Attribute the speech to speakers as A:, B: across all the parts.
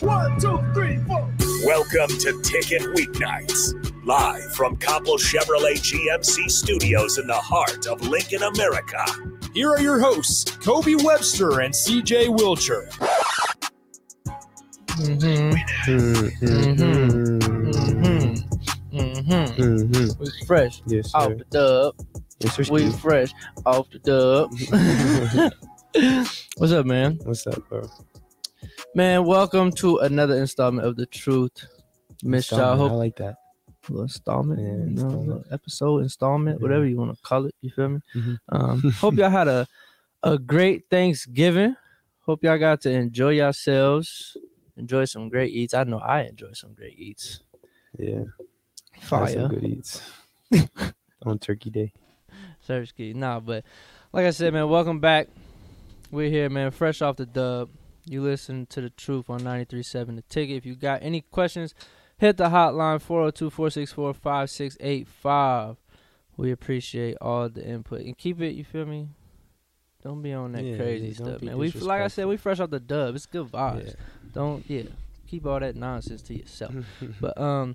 A: One, two, three, four.
B: Welcome to Ticket Weeknights, live from Copple Chevrolet GMC studios in the heart of Lincoln, America.
C: Here are your hosts, Kobe Webster and CJ Wilcher.
D: Mm-hmm.
E: Mm-hmm.
D: We fresh
E: Yes,
D: off
E: sir.
D: the dub.
E: Yes, sir.
D: Oh, We
E: Steve.
D: fresh off the
E: Mm-hmm.
D: dub. What's up, man?
E: What's up, bro?
D: Man, welcome to another installment of the Truth. Miss y'all.
E: Installment, I
D: Hope
E: like that.
D: little installment,
E: Yeah,
D: you know,
E: installment.
D: little episode installment,
E: Yeah.
D: whatever you want to call it. You feel me?
E: Mhm.
D: Um, hope y'all had a a great Thanksgiving. Hope y'all got to enjoy yourselves, enjoy some great eats. I know I enjoy some great eats.
E: Yeah. Had
D: Fire.
E: some good eats on Turkey Day.
D: Service key. Nah, but like I said, man, welcome back. We're here, man, fresh off the dub. You listen to the truth on 93.7 The Ticket. If you got any questions, hit the hotline 402 464 5685. We appreciate all the input and keep it, you feel me? Don't be on that
E: Yeah,
D: crazy
E: yeah, don't
D: stuff,
E: be
D: man. We like I said,
E: disrespectful.
D: we fresh off the dub. It's good vibes.
E: Yeah.
D: Don't yeah. Keep all that nonsense to yourself. but um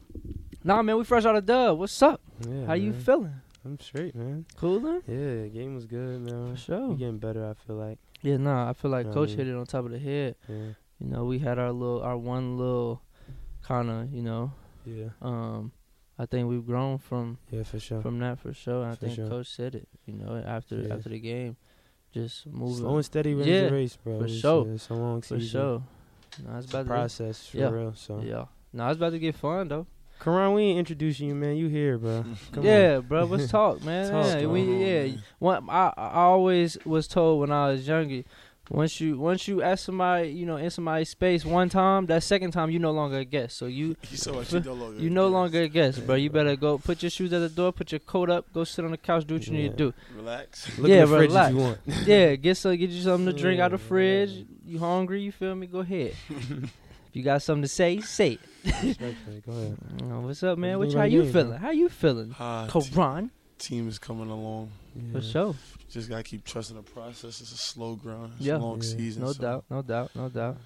D: nah man, we fresh out of dub. What's up?
E: Yeah,
D: How you
E: man.
D: feeling?
E: I'm straight, man.
D: Cooler?
E: Yeah, the game was good,
D: For
E: man.
D: sure.
E: We getting better, I feel like.
D: Yeah, nah, I feel like
E: I
D: coach
E: mean-
D: hit it on top of the head.
E: Yeah.
D: You know, we had our little our one little kind of, you know,
E: Yeah.
D: um I think we've grown from
E: Yeah, for sure.
D: from that for sure. And I
E: For
D: think
E: sure.
D: coach said it, you know, after
E: Yeah.
D: after the game just moving
E: Slow and steady wins
D: Yeah,
E: the race, bro.
D: for
E: It's,
D: sure.
E: uh, It's a long
D: for
E: season.
D: sure. Nah, it's
E: It's a
D: about to
E: process for
D: Yeah.
E: real. So,
D: get, yeah. Nah, it's about to get fun though.
E: Karan, we ain't introducing you, man. You here, bro? Come
D: yeah, bro. Let's talk, man.
E: Talk,
D: yeah, we,
E: bro.
D: yeah. One, I, I always was told when I was younger, once you once you ask somebody, you know, in somebody's space one time, that second time you no longer a guest. So you
F: So what you no longer
D: you no longer a guest, bro. You better go put your shoes at the door, put your coat up, go sit on the couch, do what you need to do.
F: relax.
E: on. Look
D: Yeah,
E: in the fridge
D: relax.
E: if you want.
D: Yeah, get some, get you something to drink out of the
E: Yeah.
D: fridge. You hungry? You feel me? Go ahead. if you got something to say, say it.
E: Respectfully, Go ahead.
D: You know, what's up, man?
E: you
D: What
E: think
D: how
E: about
D: you
E: games,
D: feeling? How you feeling?
F: Ah, t-
D: Koran,
F: team is coming along.
E: Yeah.
D: for sure.
F: Just gotta keep trusting the process. It's a slow grind. It's
D: Yeah.
F: a long
E: Yeah.
F: season.
D: No
F: so
D: doubt, no doubt, no doubt.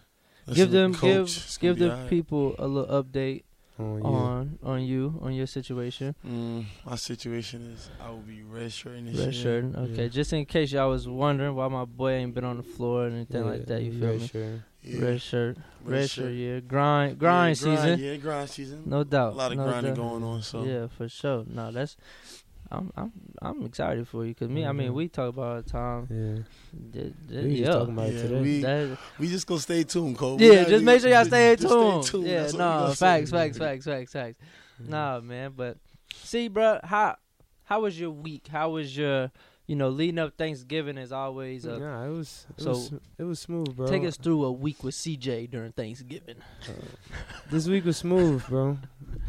F: listen
D: give
F: to the
D: them
F: coach.
D: give
F: It's
D: give
F: gonna
D: the
F: be all right.
D: people a little update
E: Oh, yeah.
D: on on you on your situation.
F: Mm, my situation is I will be red shirting this
D: Red
F: year.
D: shirt. Okay,
E: yeah.
D: just in case y'all was wondering why my boy ain't been on the floor or anything like that. You feel
E: yeah,
D: me?
E: Sure.
F: Yeah.
D: Red shirt.
F: Red
D: Red
F: shirt.
D: shirt. Yeah. Grind grind,
F: Yeah,
D: season.
F: Yeah, grind season.
D: No
F: a
D: doubt.
F: lot of
D: no
F: grinding
D: doubt.
F: going on. So
D: Yeah, for sure. No, that's. I'm I'm I'm excited for you because me. I mean,
E: Mhm.
F: Mm-hmm.
D: we talk about all the time.
E: Yeah.
D: Th- th-
E: We were just
D: yeah.
E: talking about it
F: Yeah,
E: today.
F: we-
D: That-
F: we just gonna stay tuned, Cole. We
D: yeah,
F: gotta
D: just
F: do-
D: make sure y'all
F: just-
D: stay
F: just
D: tuned.
F: tuned.
D: Yeah,
F: That's what we
D: no,
F: gonna say.
D: facts, facts, facts, facts, facts. Nah, man. But see, bro, how how was your week? How was your you know leading up Thanksgiving is always a.
E: Nah, it was it
D: so-
E: was it was smooth, bro.
D: Take us through a week with CJ during Thanksgiving.
E: This week was smooth, bro.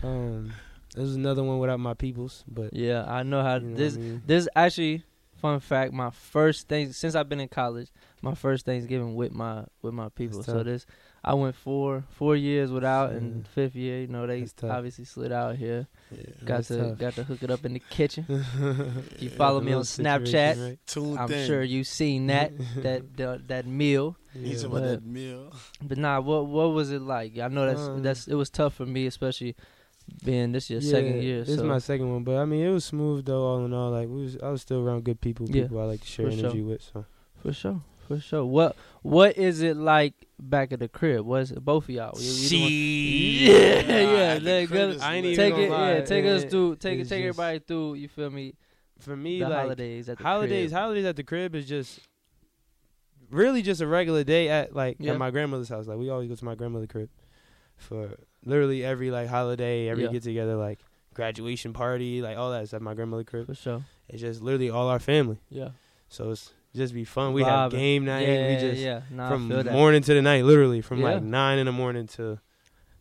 E: Um, this was another one without my peoples, but
D: Yeah, I know how
E: you know what I
D: this.
E: mean?
D: This actually, fun fact, my first thing since I've been in college, my first Thanksgiving with my with my people.
E: That's
D: So
E: tough.
D: this, I went four four years without, and
E: Yeah.
D: fifth year, you know, they
E: That's tough.
D: obviously slid out here.
F: Yeah.
D: Got
E: That's
D: to
E: tough.
D: got to hook it up in the kitchen. You
F: Yeah,
D: follow
E: the
D: me on
E: little situation,
D: Snapchat.
E: right?
F: Tuned
D: I'm
F: in.
D: sure you seen that that that, that meal.
F: He's
E: Yeah.
F: about
D: but-
F: that meal.
D: But nah, what what was it like? I know that's
E: Um,
D: that's it was tough for me, especially being this your
E: Yeah,
D: second year.
E: This
D: so
E: is my second one, but I mean it was smooth though. All in all, like we was, I was still around good people,
D: Yeah,
E: people I like to share
D: for sure.
E: energy with. So
D: for sure, for sure. What what is it like back at the crib? Was both of y'all? You- you the one- yeah, yeah. That good.
E: I ain't even
D: Take
E: gonna
D: it,
E: lie.
D: yeah. Take us
E: It-
D: through, take
E: it's
D: take
E: just-
D: everybody through. You feel me?
E: for me,
D: The
E: like
D: holidays at the
E: holidays,
D: crib.
E: holidays at the crib is just really just a regular day at like
D: Yeah.
E: at my grandmother's house. Like we always go to my grandmother's crib for literally every like holiday, every
D: Yeah.
E: get together, like graduation party, like all that is at my grandmother's crib.
D: for sure.
E: It's just literally all our family.
D: Yeah,
E: So it's just be fun. We have
D: Vibing.
E: game night.
D: yeah,
E: we just
D: yeah. Nah, I
E: from
D: feel that.
E: morning to the night, literally from
D: Yeah.
E: like nine in the morning to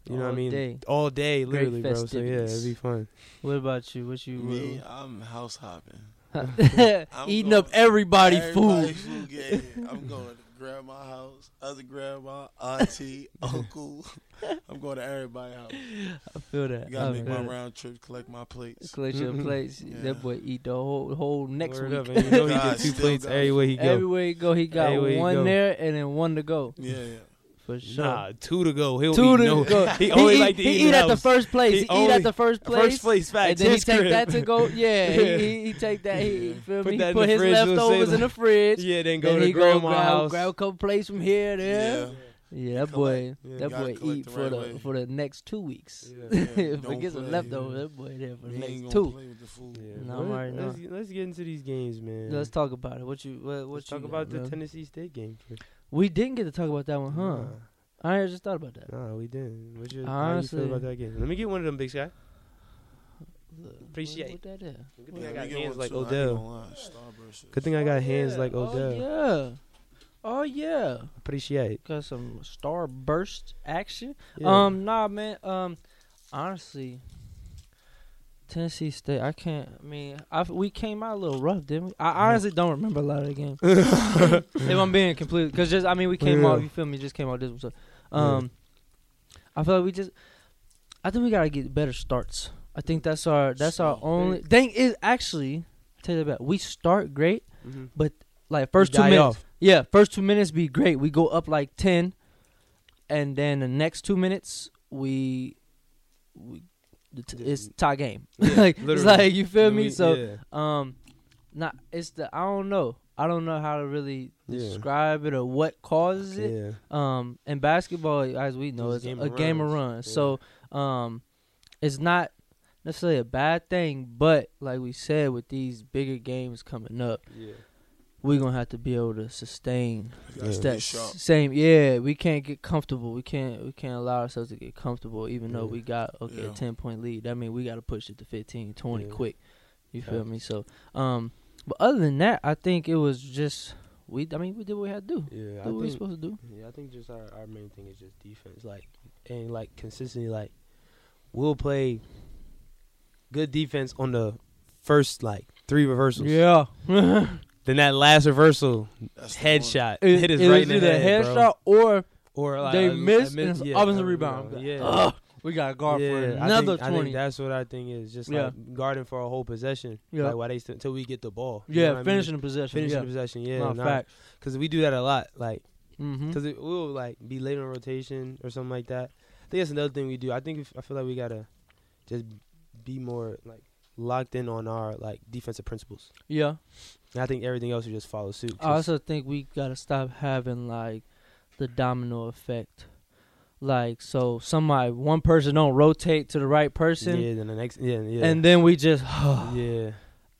E: you know what I
D: All
E: mean
D: day.
E: all day, literally, bro. So yeah, it'd
D: festivities.
E: be fun.
D: What about you? What you
F: Me, I'm house hopping. I'm
D: eating
F: going-
D: up everybody,
F: Everybody
D: food?
F: food yeah, yeah. I'm going to grandma house, other grandma, auntie, uncle. I'm going to everybody's house.
D: I feel that.
F: You gotta
D: I
F: make
D: feel
F: my
D: that.
F: round trip, collect my plates.
D: Collect your
E: Mhm.
D: plates.
F: Yeah.
D: That boy eat the whole whole next
E: Word
D: week.
E: up, and you know he
F: God,
E: get two
F: still
E: plates
F: got
E: everywhere he go.
D: Everywhere he go, he got
E: Everywhere he
D: one
E: go.
D: there and then one to go.
F: Yeah, yeah.
D: for sure.
A: Nah, two to go. He'll
D: Two
A: eat
D: to
A: no.
D: go.
A: He always
D: eat,
A: like to
D: he
A: eat,
D: eat
A: in
D: at the
A: house.
D: first place.
A: He
D: He, eat
A: only-
D: at the first place.
A: First place facts.
D: and then he
A: his
D: take
A: crib.
D: that to go. Yeah,
A: Yeah.
D: He, he, he take that. He, you feel
A: Put
D: me?
A: that in
D: put
A: the
D: his
A: fridge, we'll say
D: leftovers in
A: like-
D: the fridge.
A: Yeah, then go
D: Then
A: to
D: he go
A: grandma's
D: grab,
A: house.
D: grab a couple plates from here, there. Yeah, that boy,
E: Yeah,
D: that
F: gotta
D: boy
F: collect
D: eat
F: the
D: for
F: right
D: the
F: way.
D: for the next two weeks.
E: Yeah.
F: Yeah, don't
D: Forget the
F: play.
D: leftovers. That boy there for the
F: You ain't
D: next
F: gonna
D: two.
F: play with the food.
E: Yeah,
D: Nah,
E: but
D: I'm already
E: let's, let's get into these games, man.
D: Let's talk about it. What you what, what
E: Let's
D: you
E: talk
D: got,
E: about the
D: bro?
E: Tennessee State game first.
D: We didn't get to talk about that one, huh? I just thought about that.
E: Nah, nah, we didn't. What's your, how you feel
D: Honestly.
E: about that game? Let me get one of them, Big Sky.
D: Look, what-
E: Appreciate
D: what that is.
E: Good thing I
F: we
E: got
F: get
E: hands
F: one
E: like
F: too. I ain't
E: Odell.
F: gonna lie. Starburst
E: Good
F: is-
E: thing I got hands
D: Oh, Yeah.
E: like Odell.
D: Oh yeah. Oh yeah.
E: Appreciate.
D: Got some star burst action.
E: Yeah.
D: Um, nah, man. Um, honestly, Tennessee State. I can't. I mean, I, we came out a little rough, didn't we? I honestly don't remember a lot of the game. if I'm being completely, because just I mean, we came
E: Yeah.
D: out. You feel me? Just came out this one. So,
E: Yeah.
D: um, I feel like we just. I think we gotta get better starts. I think that's our that's our
F: Start
D: only thing. Is actually I tell you that we start great,
E: Mhm.
D: but like first two
E: die
D: minutes,
E: off.
D: yeah, first two minutes be great. We go up like ten, and then the next two minutes we, we it's- it's tie game. like it's
E: literally.
D: like you feel
E: And
D: me.
E: we-
D: so
E: yeah.
D: um, not it's the I don't know. I don't know how to really
E: Yeah.
D: describe it or what causes it.
E: yeah.
D: Um, and basketball, as we know,
E: It's
D: is
E: a game
D: a
E: of
D: game of runs.
E: runs.
D: So, um, it's not necessarily a bad thing, but like we said, with these bigger games coming up,
E: Yeah.
D: we're gonna have to be able to sustain
F: You gotta
E: Yeah.
D: it's
F: stay
D: that
F: sharp.
D: same yeah we can't get comfortable we can't we can't allow ourselves to get comfortable even though
E: Yeah.
D: we got okay
F: Yeah.
D: 10 point lead that mean we got to push it to 15 20
E: Yeah.
D: quick you feel
E: Facts.
D: me so um but other than that i think it was just we i mean we did what we had to do
E: Yeah.
D: Did what we
E: I think,
D: supposed to do
E: yeah, I think just our, our main thing is just defense, like and like consistently, like we'll play good defense on the first like three reversals.
D: yeah
E: Then that last reversal,
F: That's the one.
E: headshot, hit us right in the
D: either
E: head, bro.
D: headshot or
E: or like
D: they
E: a- a
D: missed
E: mid-
D: and it's
E: yeah,
D: offensive
E: a
D: rebound
E: Yeah.
D: Ugh, we got to guard for
E: Yeah, I
D: another
E: think- I think,
D: 20
E: that's what I think is just
D: Yeah.
E: like guarding for a whole possession.
D: Yeah.
E: Like why they still until we get the ball. You know what
D: yeah
E: I
D: finishing
E: mean?
D: the possession
E: finishing
D: yeah
E: the possession. Yeah,
D: Nah, facts.
E: because we do that a lot. Like
D: Mhm.
E: because it will like be late on rotation or something like that. I think that's another thing we do. I think if, I feel like we gotta just be more like locked in on our like defensive principles.
D: yeah
E: And I think everything else will just follow suit.
D: I also think we gotta stop having like the domino effect. Like so somebody one person don't rotate to the right person
E: yeah, then the next yeah yeah
D: and then we just
E: yeah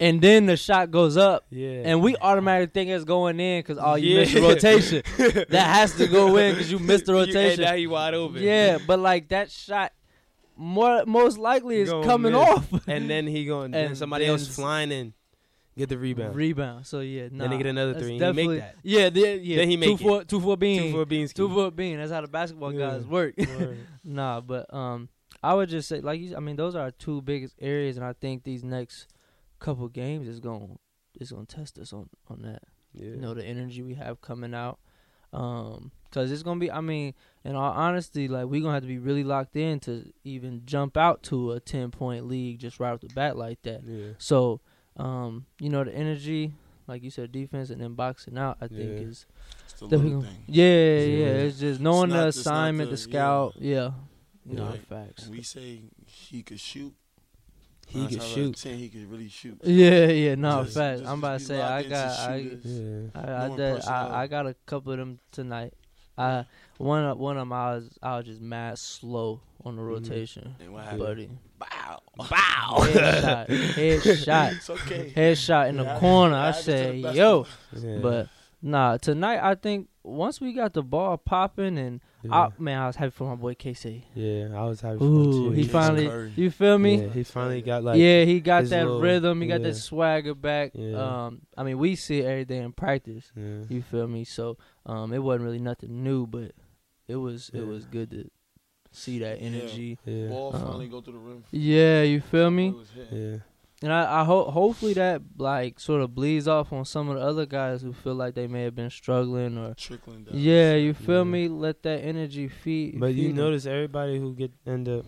D: and then the shot goes up
E: yeah
D: and we automatically think it's going in because oh you missed the
E: Yeah.
D: rotation. that has to go in because you missed the
E: You-
D: rotation.
E: and now you wide open.
D: yeah, but like that shot more most likely is
E: Gonna
D: coming
E: miss.
D: off.
E: and then he going and then
D: And
E: somebody
D: then
E: else
D: s-
E: flying in, get the rebound.
D: Rebound. So yeah, nah,
E: Then they get another
D: that's
E: three and he make
D: definitely-
E: that.
D: Yeah, then, yeah.
E: Then he
D: two
E: make it.
D: four two four
E: Two
D: bean.
E: for a bean
D: Two
E: scheme.
D: foot bean. That's how the basketball
E: Yeah.
D: guys work.
E: Word.
D: nah, but um, I would just say like you, s- I mean those are our two biggest areas, and I think these next couple games is going is going to test us on on that.
E: Yeah.
D: You know the energy we have coming out, um, because it's gonna be. I mean, in all honesty, like we gonna have to be really locked in to even jump out to a ten point lead just right off the bat like that.
E: Yeah.
D: So, um, you know the energy, like you said, defense and then boxing out. I think
E: Yeah.
D: is
F: It's the
D: that we
F: little
D: gon-
F: thing.
D: Yeah, yeah,
E: Yeah.
D: It's just knowing
F: not-
D: the
F: it's not
D: assignment, the,
F: the- yeah.
D: scout. Yeah. yeah.
F: Like,
D: facts.
F: When we say he could shoot,
E: He
F: nine
E: can
F: times out of
E: shoot.
F: ten, he could really shoot.
D: Yeah, yeah, no,
F: Just-
D: facts.
F: just-
D: I'm about to
F: just be
D: say I
F: locked into
D: got I
F: shooters.
D: I,
E: Yeah.
D: I,
F: knowing
D: did-
F: personnel.
D: I, I got a couple of them tonight. I one of one of them I was I was just mad slow on the
F: Mm-hmm.
D: rotation,
F: And what happened?
D: buddy.
F: Bow.
D: Headshot, headshot,
F: It's okay.
D: headshot in
F: It
D: the
F: happens-
D: corner.
F: it
D: I
F: happens to the
D: said,
F: best
D: yo.
F: of us.
E: yeah.
D: But nah, tonight I think once we got the ball popping and
E: yeah.
D: I, man, I was happy for my boy KC.
E: yeah, I was happy. for him
D: Ooh,
E: too.
D: he
F: Jason
D: finally,
F: Curry.
D: you feel me?
E: Yeah, he finally got like.
D: yeah, he got
E: his
D: that
E: little-
D: rhythm. He got
E: yeah.
D: that swagger back.
E: Yeah.
D: Um, I mean, we see it every day in practice.
E: Yeah.
D: You feel me? So, um, it wasn't really nothing new, but it was
E: Yeah.
D: it was good to see that
F: Yeah.
D: energy.
E: Yeah.
F: Ball
D: Uh-huh.
F: finally go through the rim.
D: Yeah, you feel
F: It
D: me?
F: was hitting.
E: Yeah.
D: And I, I hope hopefully that like sort of bleeds off on some of the other guys who feel like they may have been struggling or.
F: Trickling down.
D: Yeah, you feel
E: Yeah.
D: me? Let that energy feed.
E: But you
D: feed 'em.
E: notice everybody who get end up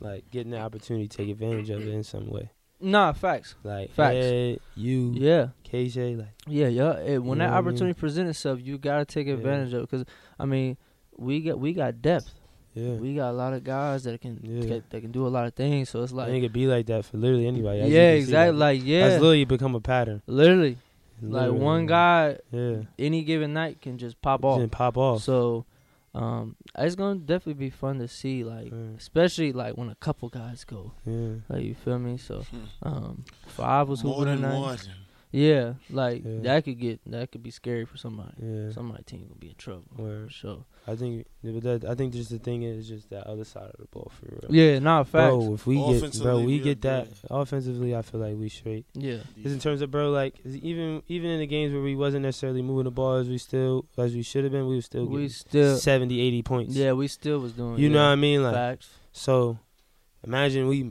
E: like getting the opportunity take advantage of it in some way.
D: nah, facts.
E: Like
D: Facts.
E: Ed, you,
D: Yeah.
E: KJ, like
D: Yeah, yeah. It, when
E: You know
D: that
E: what I mean?
D: opportunity presents itself, you gotta take
E: Yeah.
D: advantage of it. Cause I mean, we got we got depth.
E: Yeah.
D: We got a lot of guys that can
E: Yeah.
D: that, that can do a lot of things. So it's
E: I think
D: like,
E: it'd be like that for literally anybody.
D: yeah,
E: as you can see,
D: exactly. Like yeah,
E: That's literally become a pattern.
D: literally, like
E: Literally.
D: one guy
E: Yeah.
D: any given night can just pop
E: Just
D: off.
E: didn't pop off.
D: So, um, it's gonna definitely be fun to see, like
E: Right.
D: especially like when a couple guys go,
E: yeah.
D: like you feel me. So, um, five was
F: Hmm. More than
D: nice.
F: one.
D: Yeah, like
E: Yeah.
D: that could get that could be scary for somebody.
E: Yeah.
D: Somebody team gonna be in trouble for
E: Word.
D: sure.
E: I think yeah, but that I think just the thing is just that other side of the ball for real.
D: Yeah, nah, facts.
E: Bro, if we get bro,
F: Offensively,
E: we
F: we
E: get
F: are
E: that offensively. I feel like we straight.
D: Yeah,
E: Just in terms of bro, like is even even in the games where we wasn't necessarily moving the ball as we still as we should have been, we were still
D: we
E: getting
D: still.
E: 70, 80 points.
D: Yeah, we still was doing.
E: you know what
D: yeah,
E: I mean? Like
D: facts.
E: so, imagine we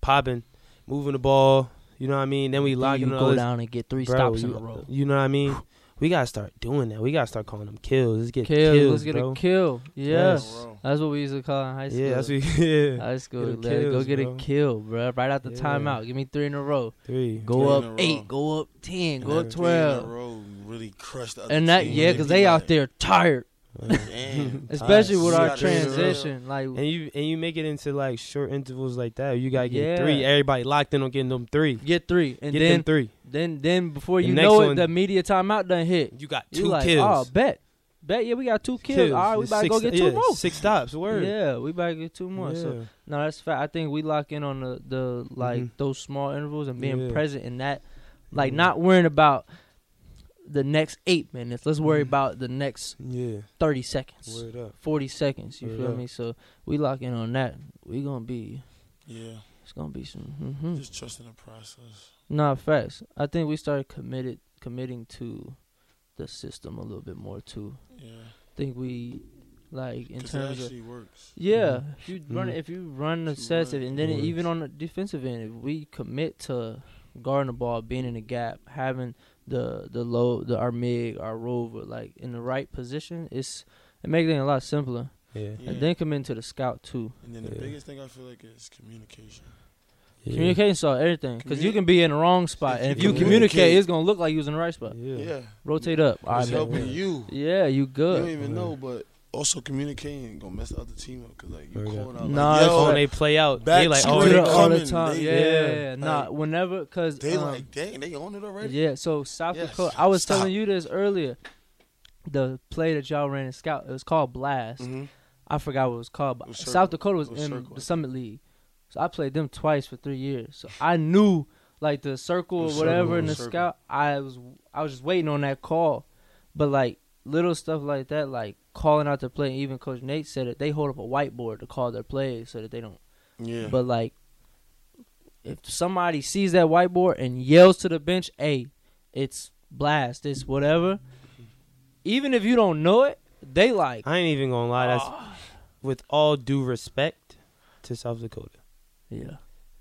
E: popping, moving the ball. You know what I mean? Then we
D: Then
E: locking
D: you
E: on
D: go
E: others.
D: down and get three
E: Bro,
D: stops
E: you,
D: in a row.
E: you know what I mean? We gotta start doing that. We gotta start calling them kills. Let's get
D: Kill,
E: kills,
D: let's get
E: bro.
D: a kill. Yeah,
E: Yes.
D: that's what we used to call in high school.
E: Yeah, that's what. Yeah,
D: High school,
E: Get 'em
D: let it go
E: kills,
D: get
E: bro.
D: a kill, bro. Right out the
E: Yeah.
D: timeout, give me three in a row.
E: three.
F: Three
D: Go
F: in a row.
D: up eight, go up ten, go
E: Yeah.
D: up
F: Three in a
D: twelve,
F: row Really crushed the other
D: and that
F: team.
D: yeah,
F: They'd
D: cause
F: be
D: they out
F: like,
D: there tired,
F: Damn.
D: especially
F: Alright,
D: with
F: you
D: our
F: gotta do it.
D: transition. Like
E: And you and you make it into like short intervals like that. You gotta get
D: Yeah.
E: three. Everybody locked in on getting them three.
D: get three, and
E: get
D: then
E: them three.
D: then then before
E: The
D: you
E: next
D: know it,
E: one-
D: the media timeout done hit.
E: You got
D: You
E: two
D: like,
E: kills.
D: oh bet, bet yeah, we got two kills. All right, we
E: It's
D: about to go
E: six-
D: get two
E: yeah,
D: more.
E: Six stops. Word.
D: Yeah, we about to get two more. So
E: Yeah.
D: No, that's fact. I think we lock in on the, the like
E: Mhm.
D: those small intervals and being
E: Yeah.
D: present in that, like
E: Mhm.
D: not worrying about the next eight minutes. Let's worry
E: Mhm.
D: about the next
E: yeah.
D: thirty seconds,
E: Word up.
D: forty seconds. You
E: Word
D: feel
E: up.
D: me? So we lock in on that. We gonna be.
F: Yeah.
D: It's gonna be some. hmm
F: Just trusting the process.
D: Nah, facts. I think we started committed committing to the system a little bit more too.
F: Yeah.
D: I think we like in
F: 'Cause
D: terms
F: it
D: of
F: actually works.
D: Yeah, if you run
E: Mhm.
D: if you run the
F: If you
D: sets,
F: run,
D: and then
E: it
D: even on the defensive end, if we commit to guarding the ball, being in the gap, having the the low the our mid our rover like in the right position, it's it makes it a lot simpler.
E: Yeah.
F: Yeah.
D: And then commit to the scout too.
F: And then the
E: Yeah.
F: biggest thing I feel like is communication.
E: Yeah.
D: Communication saw everything because you
F: Communi-
D: can be in the wrong spot, and if you communicate,
F: communicate-
D: it's gonna look like you was in the right spot.
E: Yeah.
F: Yeah.
D: Rotate up. All
F: It's
D: right,
E: help.
D: man.
F: helping
E: yeah.
F: you.
D: yeah, you
F: You don't
D: good.
F: even
E: Yeah.
F: know, but also communicating gonna mess the other team up because like you
E: Word up.
F: calling out
D: Nah,
F: like,
D: it's
F: yo,
E: Oh, when they play out,
F: Back
E: they like
F: to
E: oh
F: when
E: they
F: it
D: all
E: oh,
D: the
F: coming,
D: time.
F: they-
D: yeah,
E: Yeah.
D: nah.
F: Like,
D: whenever, cause
F: they
D: um,
F: like, dang, they on it already.
D: Yeah, so South
F: Yes.
D: Dakota. I was
F: Stop.
D: telling you this earlier. The play that y'all ran in scout, it was called Blast.
F: Mhm.
D: I forgot what it was called, but
F: It was
D: South
F: Circle.
D: Dakota was,
F: It was
D: in
F: Circle, I
D: the
F: think.
D: Summit League, so I played them twice for three years. So I knew like the circle
F: It
D: or
F: was
D: whatever
F: Circle, it
D: in the
F: was Circle.
D: scout. I was I was just waiting on that call, but like little stuff like that, like calling out the play. Even Coach Nate said it. They hold up a whiteboard to call their plays so that they don't
F: Yeah.
D: but like, if somebody sees that whiteboard and yells to the bench, "Hey, it's blast! It's whatever." Even if you don't know it, they like,
E: oh, I ain't even gonna lie. That's
D: Ah.
E: with all due respect to South Dakota,
D: yeah,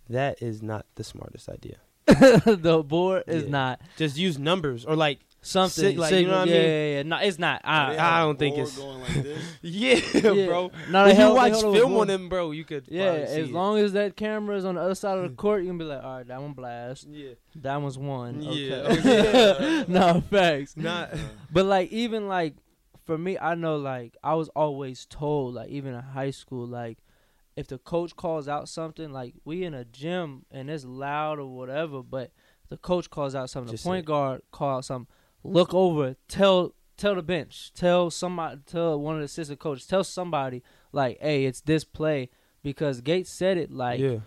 E: that is not the smartest idea.
D: the board is
E: Yeah.
D: not
E: Just use numbers or like
D: something.
E: Sit- like, you
D: signal-
E: know what I
D: yeah,
E: mean?
D: yeah, yeah. No, it's not.
F: Now, they
D: I,
E: I
F: have
E: don't think
F: board
E: it's-
F: going like this.
E: yeah,
D: Yeah.
E: bro.
D: No, they
E: if you
D: held- they
E: watch
D: held up a
E: film
D: board.
E: on them, bro, you could
D: yeah,
E: probably see
D: as
E: it.
D: long as that camera is on the other side of the court, you can be like, all right, that one blast,
E: yeah,
D: that one's one.
E: Yeah,
D: Okay. no facts.
E: not
D: But like even like for me, I know like I was always told like even in high school like if the coach calls out something like we in a gym and it's loud or whatever, but the coach calls out something,
E: Just
D: the point
E: say it.
D: guard calls out something, look over, tell tell the bench, tell somebody, tell one of the assistant coaches, tell somebody like, hey, it's this play because Gates said it like
E: yeah.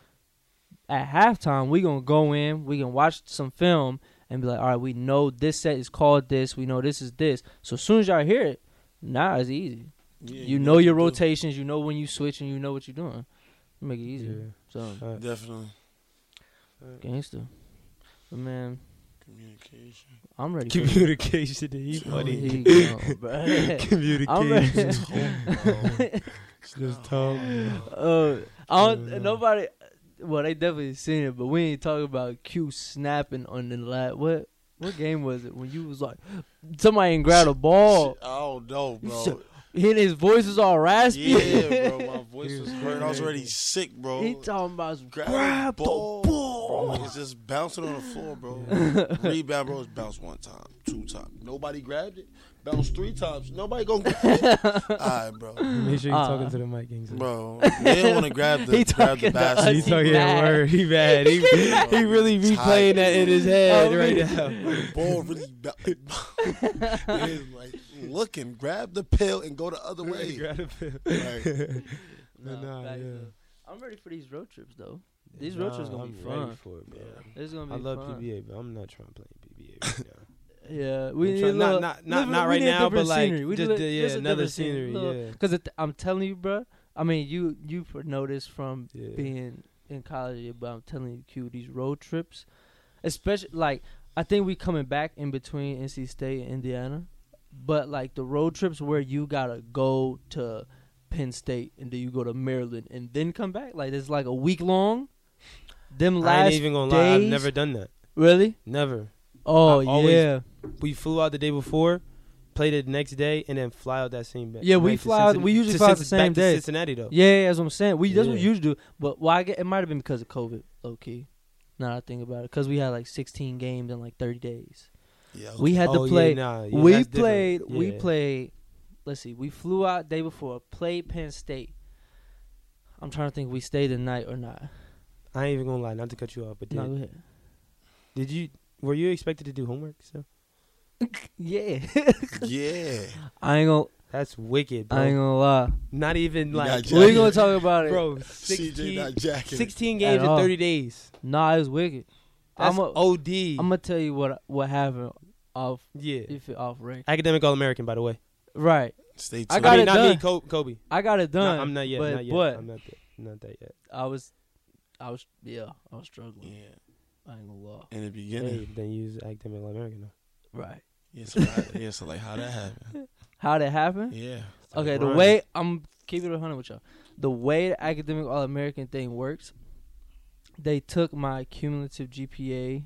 D: at halftime, we gonna go in, we can watch some film and be like, all right, we know this set is called this, we know this is this. So as soon as y'all hear it, nah, it's easy.
F: Yeah,
D: you know
F: what
D: your
F: to do.
D: rotations, you know when you switch, and you know what you're doing. Make it easy.
E: Yeah.
D: So
E: Alright.
F: Definitely
D: gangster, but man,
F: communication.
D: I'm ready. For it.
E: Communication, he
D: Here
E: funny.
D: you go, bruh. I'm ready.
E: Communication, just talk.
D: Uh, I don't, nobody. Well, they definitely seen it, but we ain't talking about Q snapping on the lap. What what game was it when you was like somebody ain't grabbed a ball?
F: Shit, I don't know,
D: You
F: bro.
D: said- And his voice is all raspy.
F: Yeah, bro. My voice was
E: Dude.
F: hurt. I was already sick, bro.
D: he talking about some
F: Grab,
D: grab,
F: the ball. Bro, It's just bouncing on the floor, bro. Rebound, bro. It's bounced one time, two times. Nobody grabbed it. bounce three times. Nobody gonna. All right, bro.
E: Make sure you
D: Uh.
E: talking to the mic, Kingsley.
F: Bro, they don't want to grab the
D: He
F: grab the
D: talking to us.
E: He
F: basket.
D: He
E: talking that
D: mad.
E: word. He mad. He, he really replaying that in his head
D: Oh,
E: right
D: me.
E: now.
F: ball really ba- it is like looking, grab the pill and go the other way.
E: Grab the pill.
F: Like-
E: But nah,
D: back
E: yeah.
D: to- I'm ready for these road trips though. These road trips
E: Nah,
D: gonna
E: I'm
D: be
E: ready
D: fun.
E: for it, bro.
D: It's gonna be
E: I love
D: fun.
E: PBA, but I'm not trying to play PBA right now.
D: Yeah, we
E: I'm
D: need
E: trying-
D: a
E: not-
D: little-
E: not-
D: little-
E: not-
D: we
E: not
D: need
E: right
D: a
E: now,
D: different
E: but, like,
D: scenery. We
E: just
D: need
E: the-
D: a-
E: yeah,
D: just a
E: another
D: different
E: scenery, yeah.
D: Because I'm telling you, bro. I mean, you you pr- know this from
E: Yeah.
D: being in college, but I'm telling you, Q, these road trips, especially like I think we coming back in between NC State and Indiana, but like the road trips where you gotta go to Penn State and then you go to Maryland and then come back, like it's like a week long. Them last
E: I ain't even gonna lie.
D: days,
E: I've never done that.
D: really.
E: Never.
D: Oh
E: I've always-
D: yeah.
E: We flew out the day before, played it the next day, and then fly out that same day.
D: Yeah, we fly out- we usually fly out the same
E: back
D: day.
E: To Cincinnati though.
D: Yeah, yeah, that's what I'm saying. We that's what we
E: Yeah.
D: usually do. But why? get it might have been because of COVID, low key. Now that I think about it, because we had like 16 games in like 30 days.
F: yeah,
D: We had
E: Oh,
D: to
E: yeah,
D: play.
E: nah, yeah,
D: we
E: that's different.
D: played. We
E: Yeah.
D: played. Let's see. We flew out day before. Played Penn State. I'm trying to think. if We stayed the night or not?
E: I ain't even gonna lie, not to cut you off, but did,
D: No, go ahead.
E: did you were you expected to do homework? So
D: Yeah,
F: yeah.
D: I ain't gonna.
E: that's wicked, bro.
D: I ain't gonna lie.
E: Not even
F: Nah,
E: like
F: Yeah.
D: We gonna talk about it,
E: bro.
F: CJ
E: 16,
F: not jacking. it.
E: 16 games in
D: all.
E: 30 days.
D: Nah, it was wicked.
E: That's
D: I'm a,
E: OD.
D: I'm gonna tell you what what happened off
E: yeah,
D: if it off rank.
E: academic All American by the way.
D: Right.
F: Stay tuned.
D: I got
E: mean,
D: it
E: not me,
D: done.
E: Ko- Kobe.
D: I got it
E: No,
D: done.
E: I'm not yet.
D: But
E: not yet.
D: but
E: I'm not that. Not that yet.
D: I was, I was yeah, I was struggling.
F: Yeah,
D: I ain't gonna lie.
F: in the beginning.
E: Hey, then use academic All American. though.
D: Right.
F: Yeah, so, how, yeah, so like how that happened?
D: How that happened?
F: Yeah,
D: Okay,
E: Like,
D: the
E: right.
D: way I'm keep it a hundred with y'all. The way the academic all American thing works, they took my cumulative GPA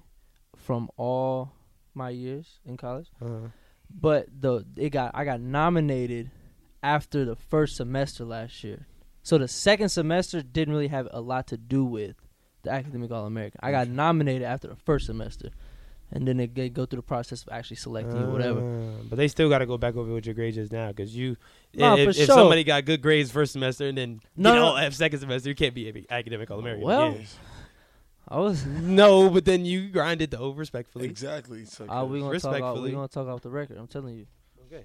D: from all my years in college,
E: Uh-huh.
D: but the it got I got nominated after the first semester last year. So the second semester didn't really have a lot to do with the academic all American. I got nominated after the first semester, and then they g- go through the process of actually selecting you, whatever.
E: Uh, But they still got to go back over with your grades just now because you,
D: Nah,
E: if,
D: for
E: if
D: sure.
E: somebody got good grades first semester and then
D: No,
E: you
D: no.
E: know, have second semester, you can't be a- academic all American.
D: Well, I was
E: no, but then you grind it though respectfully.
F: exactly. So
D: Uh, we gonna talk off, we
E: Respectfully.
D: gonna talk off the record. I'm telling you,
E: Okay.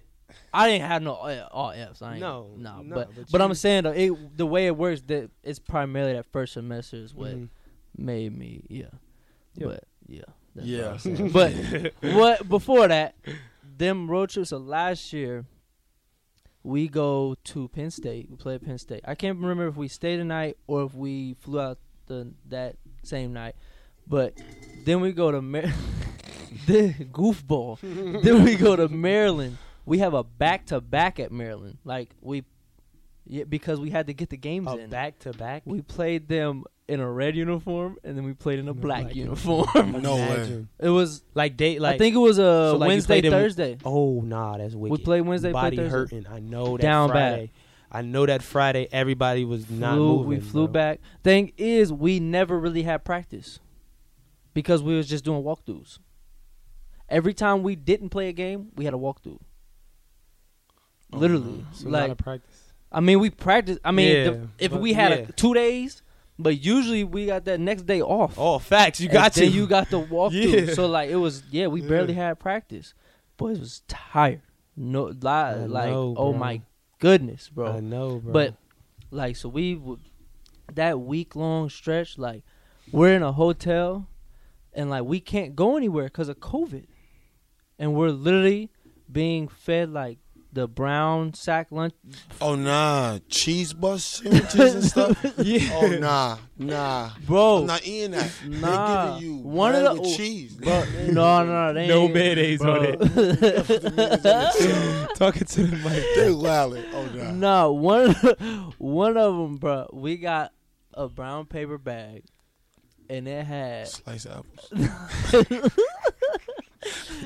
D: I didn't have no all, all F's. I ain't,
E: No,
D: nah,
E: no,
D: but
E: but
D: but I'm
E: you-
D: saying though, it, the way it works, that it's primarily that first semester is
E: Mm-hmm.
D: what made me, yeah,
E: Yeah.
D: but yeah, that's what
F: Yeah.
D: I'm saying. but what before that, them road trips of last year, we go to Penn State. We play at Penn State. I can't remember if we stayed the night or if we flew out the that same night, but then we go to Mar- the goofball. then we go to Maryland. We have a back to back at Maryland. Like we, yeah, because we had to get the games
E: A
D: in.
E: back to back.
D: We played them in a red uniform and then we played in a
E: In a
D: black,
E: black
D: uniform.
F: No way.
D: it was
E: Like date. Like
D: I think it was a
E: So, like, you
D: Wednesday
E: played in-
D: Thursday.
E: Oh nah, that's wicked.
D: We played Wednesday,
E: Body
D: played Thursday.
E: hurting. I know that
D: Down bad.
E: Friday. I know that Friday everybody was not
D: Flew-
E: moving.
D: we flew
E: bro.
D: back. Thing is, we never really had practice because we was just doing walkthroughs. Every time we didn't play a game, we had a walkthrough.
F: Oh,
D: Literally,
E: So not a
D: like
E: practice.
D: I mean, we practiced. I mean,
E: Yeah,
D: the- if
E: but-
D: we had
E: yeah.
D: a, two days, but usually we got that next day off.
E: Oh, facts. You
D: And
E: got to.
D: then you got the walkthrough.
E: Yeah.
D: So like it was yeah, we barely had practice. Boys was tired. No li-
E: I
D: like
E: know,
D: oh
E: bro.
D: my goodness, bro.
E: I know, bro.
D: But like so we would that week long stretch like we're in a hotel and like we can't go anywhere cuz of COVID. And we're literally being fed like the brown sack lunch.
F: Oh nah, cheese bus sandwiches and stuff.
E: yeah.
F: Oh nah, nah.
D: Bro.
F: I'm not eating that.
D: Oh. Nah.
F: they giving you
D: One
F: bread
D: of the-
F: with
D: oh,
F: cheese.
D: Bro, no, no, no, they
E: No
D: ain't-
E: mayonnaise on
D: bro.
E: it. Talking to the mic.
F: they wildin'. Oh nah.
D: No, one of the- one of them, bro. We got a brown paper bag, and it had
F: Slice apples.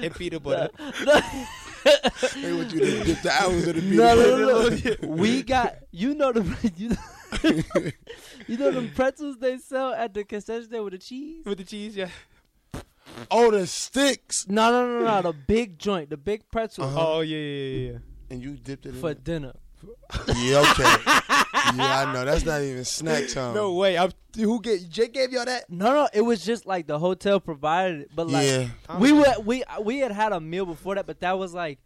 E: And peanut butter.
F: They want you to dip the apples in the peanut
D: no,
F: butter.
D: no, no, no. We got you know the you know, you know them pretzels they sell at the concession stand with the cheese.
E: With the cheese, yeah.
F: Oh, the sticks.
D: No, no, no, no. The big joint, the big pretzel
E: Oh yeah, yeah, yeah, yeah.
F: And you dipped it in.
D: for
F: it.
D: dinner.
F: yeah, okay. yeah, I know. That's not even snack time.
E: No way. I'm, who get Jake gave y'all that?
D: No, no, it was just like the hotel provided it, but like
F: yeah.
D: we were we we had had a meal before that, but that was like,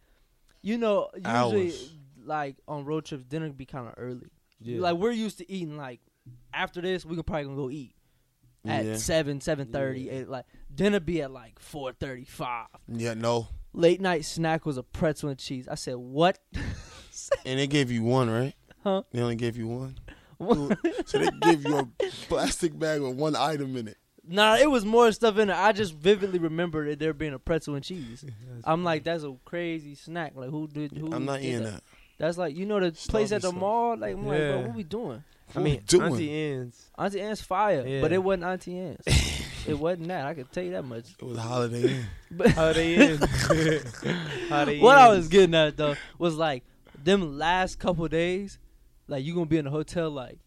D: you know, usually
F: Hours.
D: like on road trips dinner be kind of early.
E: Yeah.
D: Like we're used to eating like after this we could probably gonna go eat at
F: Yeah.
D: seven seven thirty. Like dinner be at like four thirty five.
F: Yeah, no.
D: Late night snack was a pretzel and cheese. I said what?
F: And they gave you one, right?
D: Huh?
F: They only gave you one.
D: no,
F: so they give you a plastic bag with one item in it.
D: nah, it was more stuff in it. I just vividly remember it there being a pretzel and cheese. I'm like, that's a crazy snack. Like who did? Who
F: I'm not
D: did
F: eating that.
D: That's like you know the
F: Sloppy
D: place at the
F: stuff.
D: mall. Like I'm like, bro,
E: Yeah.
D: what we doing?
E: I mean,
F: What we
E: Auntie
F: doing?
E: Anne's.
D: Auntie Anne's fire, but
E: Yeah.
D: it wasn't Auntie Anne's. it wasn't that. I can tell you that much.
F: It was Holiday Inn.
D: But
E: How they in? How they
D: what I
E: in?
D: was getting at though was like them last couple days, like you gonna be in the hotel. Like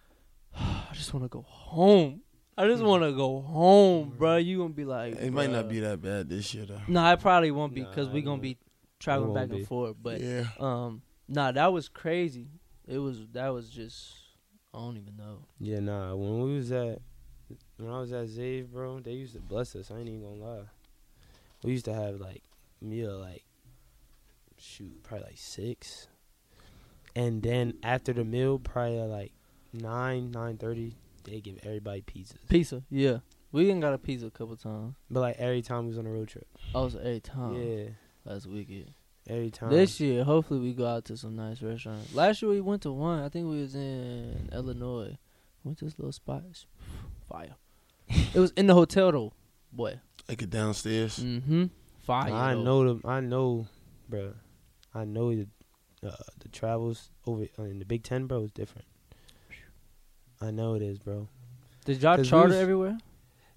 D: I just want to go home. I just want to go home,
E: Mm.
D: bro. You gonna be like
F: It might not
D: bruh.
F: be that bad this year though.
D: No, it probably won't be
E: Nah,
D: because we
E: it
D: gonna
E: won't.
D: be traveling
E: won't
D: back
E: be.
D: and forth. But
F: yeah.
D: um, nah, that was crazy. It was that was just I don't even know.
E: Yeah, nah. When we was at, when I was at Zave, bro, they used to bless us. I ain't even gonna lie. We used to have like meal like, shoot, probably like six, and then after the meal, probably at, like nine, nine thirty, they give everybody pizzas.
D: Pizza, yeah. We didn't got a pizza a couple times.
E: But like every time we was on a road trip,
D: I was eight times.
E: yeah,
D: That's wicked.
E: every time.
D: This year, hopefully we go out to some nice restaurants. Last year we went to one. I think we was in Illinois. Went to this little spot. It's Fire. it was in the hotel though. Boy.
F: Like it downstairs.
D: Mm-hmm. Fire.
E: I
D: though.
E: know the I know, bro. I know the uh, the travels over uh, in the Big Ten, bro, is different. I know it is, bro.
D: Did y'all
E: 'Cause we
D: charter
E: was-
D: everywhere?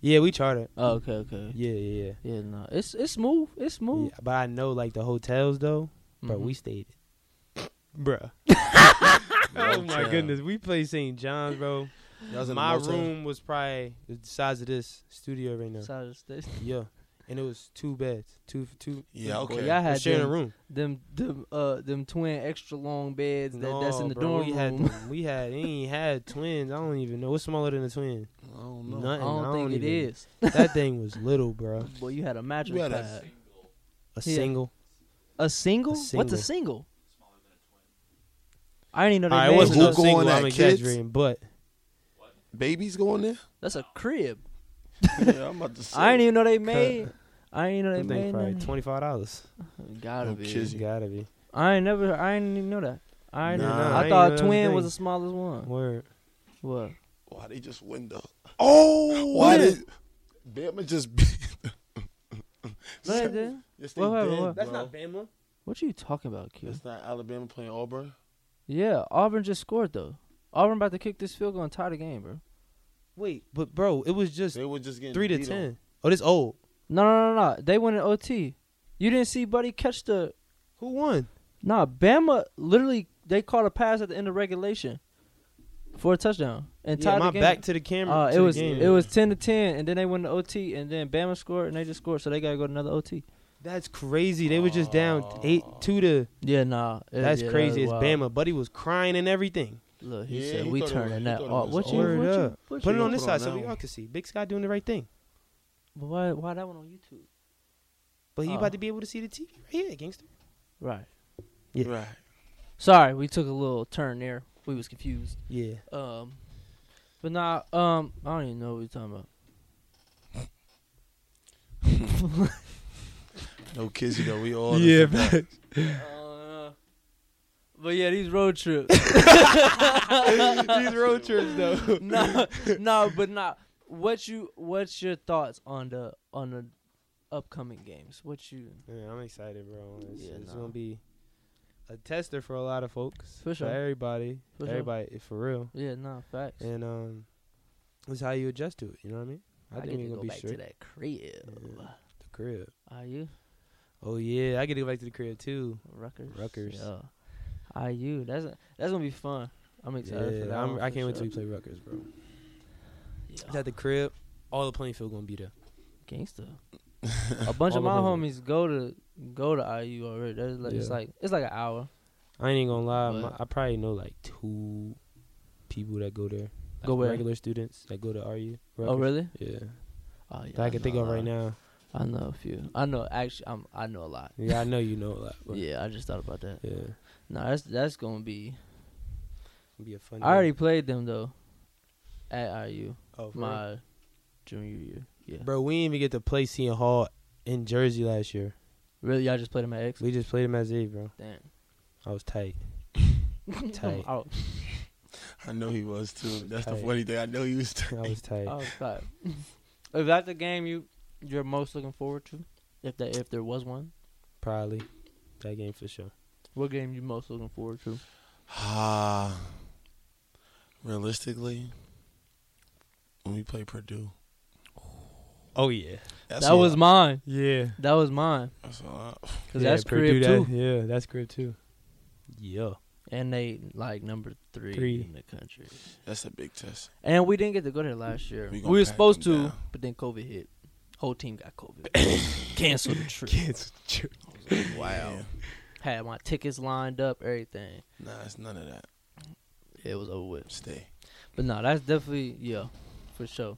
E: Yeah, we charter.
D: Oh, okay, okay.
E: Yeah, yeah, yeah.
D: Yeah, no. It's it's smooth. It's smooth.
E: Yeah, but I know like the hotels though, bro.
D: Mhm.
E: We stayed, Mm-hmm. bruh. oh my
F: Motel.
E: goodness, we played St. John's, bro.
F: That was in a
E: My
F: motel?
E: room was probably the size of this studio right now.
D: Side of the state.
E: Yeah, and it was two beds, two for two.
F: Yeah,
D: Boy,
F: okay.
D: y'all
E: we
D: had
E: sharing a
D: them-
E: room.
D: them them uh them twin extra long beds that, that's in the
E: bro,
D: dorm
E: we
D: room.
E: Had, we had, they ain't had twins. I don't even know. What's smaller than a twin?
F: I don't know.
D: I
E: Nothing.
D: don't think it
E: even-
D: is.
E: That thing was little, bro.
D: Boy, you had a mattress
F: You had a
D: pad.
E: A
D: Yeah.
E: single.
D: A, single? What's a
E: single.
D: single? I didn't even know
E: All
D: they
E: right, it
D: named
E: wasn't
D: those.
E: a
F: Google on
E: single.
F: that,
E: I'm
F: kids.
E: exaggerating, but
F: Babies going there?
D: That's a crib.
F: yeah, I'm about to say.
D: I didn't even know they made. I didn't know they
E: I think
D: made.
E: probably
D: them.
E: twenty five dollars.
D: Gotta
F: No
D: be.
F: kidding. Is it-
E: Gotta be.
D: I ain't never. I ain't even know that. I didn't
F: Nah,
D: know.
E: I
D: I,
E: ain't know
D: thought
E: that was a
D: twin was
E: thing.
D: the smallest one.
E: Word.
D: What?
F: Why they just window? Oh, why
D: yeah.
F: did Bama just? beat-
D: No, they didn't.
F: Yes, they
D: Wait, wait,
F: did,
D: wait.
F: That's not.
E: Bama.
D: What you talking about, Q?
F: That's not Alabama playing Auburn.
D: Yeah, Auburn just scored though. Auburn about to kick this field goal and tie the game, bro.
E: Wait, but bro, it was just
F: They were just getting
E: three to
F: beat
E: ten.
F: on.
E: Oh, this old.
D: No, no, no, no. They went in OT. You didn't see Buddy catch the
E: Who won?
D: Nah, Bama literally they caught a pass at the end of regulation for a touchdown and
E: Yeah,
D: tied
E: my
D: the game.
E: back to the camera.
D: uh,
E: to
D: it
E: the
D: was
E: game.
D: it was ten to ten, and then they went to OT, and then Bama scored, and they just scored, so they gotta go to another OT.
E: That's crazy. They were just down
F: Oh.
E: eight two to.
D: Yeah, nah, it-
E: That's
D: yeah, that
E: crazy.
D: was
E: it's
D: wild.
E: Bama. Buddy was crying and everything.
D: Look, he
F: Yeah,
D: said
F: he
D: we
F: thought it was-
D: turning
F: he
D: that
F: thought it
D: off.
F: was
D: What you,
E: Word
D: what you,
E: up.
D: what
E: Put
D: you?
E: it on
F: gonna
E: this
F: put on
E: side so
F: that
E: we all
F: one?
E: can see. Big Sky doing the right thing,
D: But Why, why that one on YouTube?
E: but he
D: Oh.
E: about to be able to see the TV right here, gangster.
D: Right.
E: Yeah.
F: Right.
D: Sorry, we took a little turn there. We was confused.
E: Yeah.
D: Um, but nah, um, I don't even know what you're talking about.
F: No kids, you know. We all.
E: man.
D: Uh, but yeah, these road trips.
E: These road trips though.
D: no, no, but not. What you? What's your thoughts on the on the upcoming games? What you?
E: Man, I'm excited, bro. It's,
D: Yeah,
E: it's
D: nah.
E: gonna be a tester for a lot of folks.
D: For sure.
E: everybody.
D: For sure.
E: everybody. For real.
D: Yeah, no facts.
E: And um, it's how you adjust to it. You know what I mean? I,
D: I,
E: think
D: get
E: we
D: to
E: gonna
D: go
E: be
D: back
E: straight.
D: to that crib.
E: Yeah. The crib.
D: Are you
E: Oh yeah, I get to go back to the crib too.
D: Rutgers?
E: Rutgers.
D: Yeah. Are you? That's that's gonna be fun. I'm excited for that.
E: I'm-
D: one
E: I
D: for
E: can't wait till
D: sure.
E: we play Rutgers, bro. It's
D: Yeah.
E: at the crib. All the playing field gonna be there.
D: gangster. A bunch of my
E: All of them.
D: homies go to go to IU already. That's like, It's
E: Yeah.
D: like it's like an hour.
E: I ain't gonna lie.
D: But-
E: My, I probably know like two people that go there. Like
D: Go where?
E: Regular students that go to RU.
D: Oh really?
E: Yeah.
D: Oh yeah.
E: That I can
D: know
E: think
D: a
E: of right
D: lot.
E: now.
D: I know a few. I know actually. I'm, I know a lot.
E: Yeah, I know you know a lot. But yeah.
D: Yeah, I just thought about that.
E: Yeah.
D: No, that's that's gonna be.
E: Be a fun.
D: I already
E: day.
D: played them though, at IU
E: Oh, for real?
D: my junior year. Yeah,
E: Bro, we didn't even get to play Seton Hall in Jersey last year.
D: really? Y'all just played them at X?
E: We just played him at Zave, bro.
D: Damn.
E: I was tight.
D: I'm
E: Tight.
D: out.
F: I know he was too. That's the
E: Tight.
F: funny thing. I know he was.
E: I was tight.
D: I was tired. Is that the game you you're most looking forward to? If that if there was one,
E: Probably. That game for sure.
D: what game you most looking forward to?
F: Ah, realistically, when we play Purdue,
E: Oh yeah.
F: that's
D: that
F: all
D: was
F: I-
D: mine.
E: Yeah.
D: that was mine.
F: That's all I-
D: Cause that's crib too.
E: Purdue, that- yeah, that's crib too. Yeah.
D: And they like number three,
E: Three.
D: in the country.
F: that's a big test.
D: And we didn't get to go there last year.
F: We
D: We,
F: gonna
D: were
F: pack
D: supposed
F: them
D: to,
F: down.
D: but then COVID hit. Whole team got COVID. Canceled the trip. I was like, wow.
F: Yeah.
D: Had my tickets lined up, everything.
F: Nah, it's none of that.
D: It was over with.
F: Stay.
D: But no, that's definitely yeah, for sure.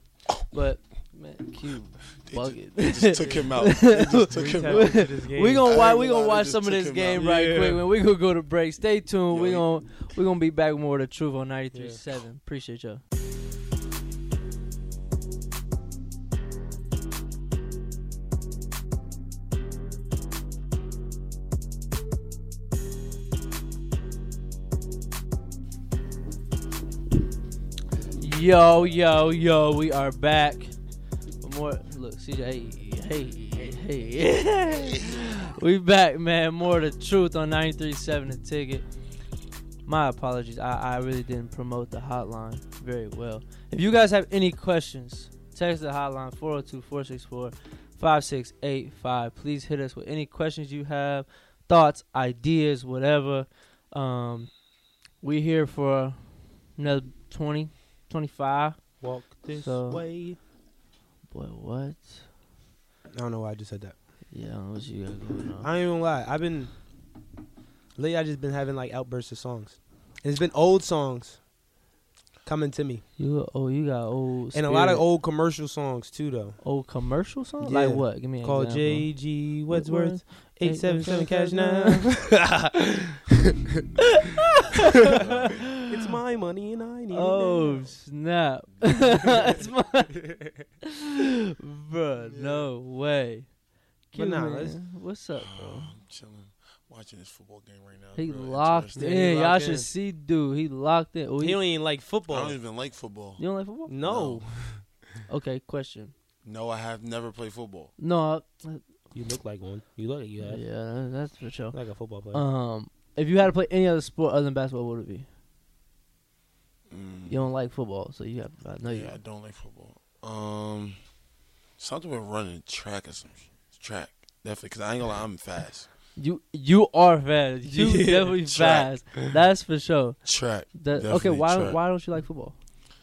D: But man, Q,
F: They
D: bug
F: ju-
D: it.
F: they just took him out. They just took him out.
D: we
F: I
D: gonna
F: ain't
D: watch.
F: gonna
D: We gonna
F: lie, they
D: watch
F: just
D: some of
F: took
D: this
F: him
D: game
F: out.
D: right
E: Yeah.
D: quick. When we gonna go to break, stay tuned.
F: Yo,
D: we
F: he-
D: gonna we gonna be back with more of the truth on ninety three seven. Appreciate y'all. Yo, yo, yo, we are back. One more look, CJ, hey, hey, hey. we back, man. More of the truth on 937 the ticket. My apologies. I, I really didn't promote the hotline very well. If you guys have any questions, text the hotline 402-464-5685. Please hit us with any questions you have, thoughts, ideas, whatever. Um we here for another 20, 25.
E: Walk this
D: So-
E: way.
D: Boy, what?
E: I don't know why I just said that.
D: Yeah, I don't know what you got going on.
E: I ain't even lie. I've been lately. I just been having like outbursts of songs. It's been old songs coming to me,
D: You oh you got old
E: and a lot of
D: spirit.
E: old commercial songs too, though.
D: old Oh, commercial songs
E: Yeah.
D: like what? Give me an
E: Called
D: example.
E: J G Wordsworth
D: Wordsworth,
E: eight seven seven cash
D: 877
E: now. it's my money and I need it.
D: Oh
E: now.
D: snap! That's my bro. No way.
E: But
D: Q,
E: nah,
D: man,
E: let's-
D: what's up, bro?
F: I'm chilling, watching this football game right now. It's
D: He
F: really
D: locked in.
F: interesting.
E: He
D: Y'all
E: locked
D: should
E: in.
D: see, dude. He locked in. Oh,
E: He
D: he,
E: don't even like
F: I
E: football.
F: don't even like football.
D: you don't like football?
E: No,
D: Okay, question.
F: No, I have never played football.
D: No, I,
E: you look like one. You look like you
D: yeah,
E: have
D: that- that's for sure.
E: like a football player.
D: Um, if you had to play any other sport other than basketball, what would it be?
F: Mm.
D: You don't like football, so you have. I know you.
F: yeah, I don't like football. Um, something with running track or some sh- track definitely because I ain't gonna lie, I'm fast.
D: You you are fast. You
E: Yeah,
D: definitely
F: track.
D: fast. That's for sure.
F: Track,
D: That, okay,
F: Definitely
D: why
F: track.
D: why don't you like football?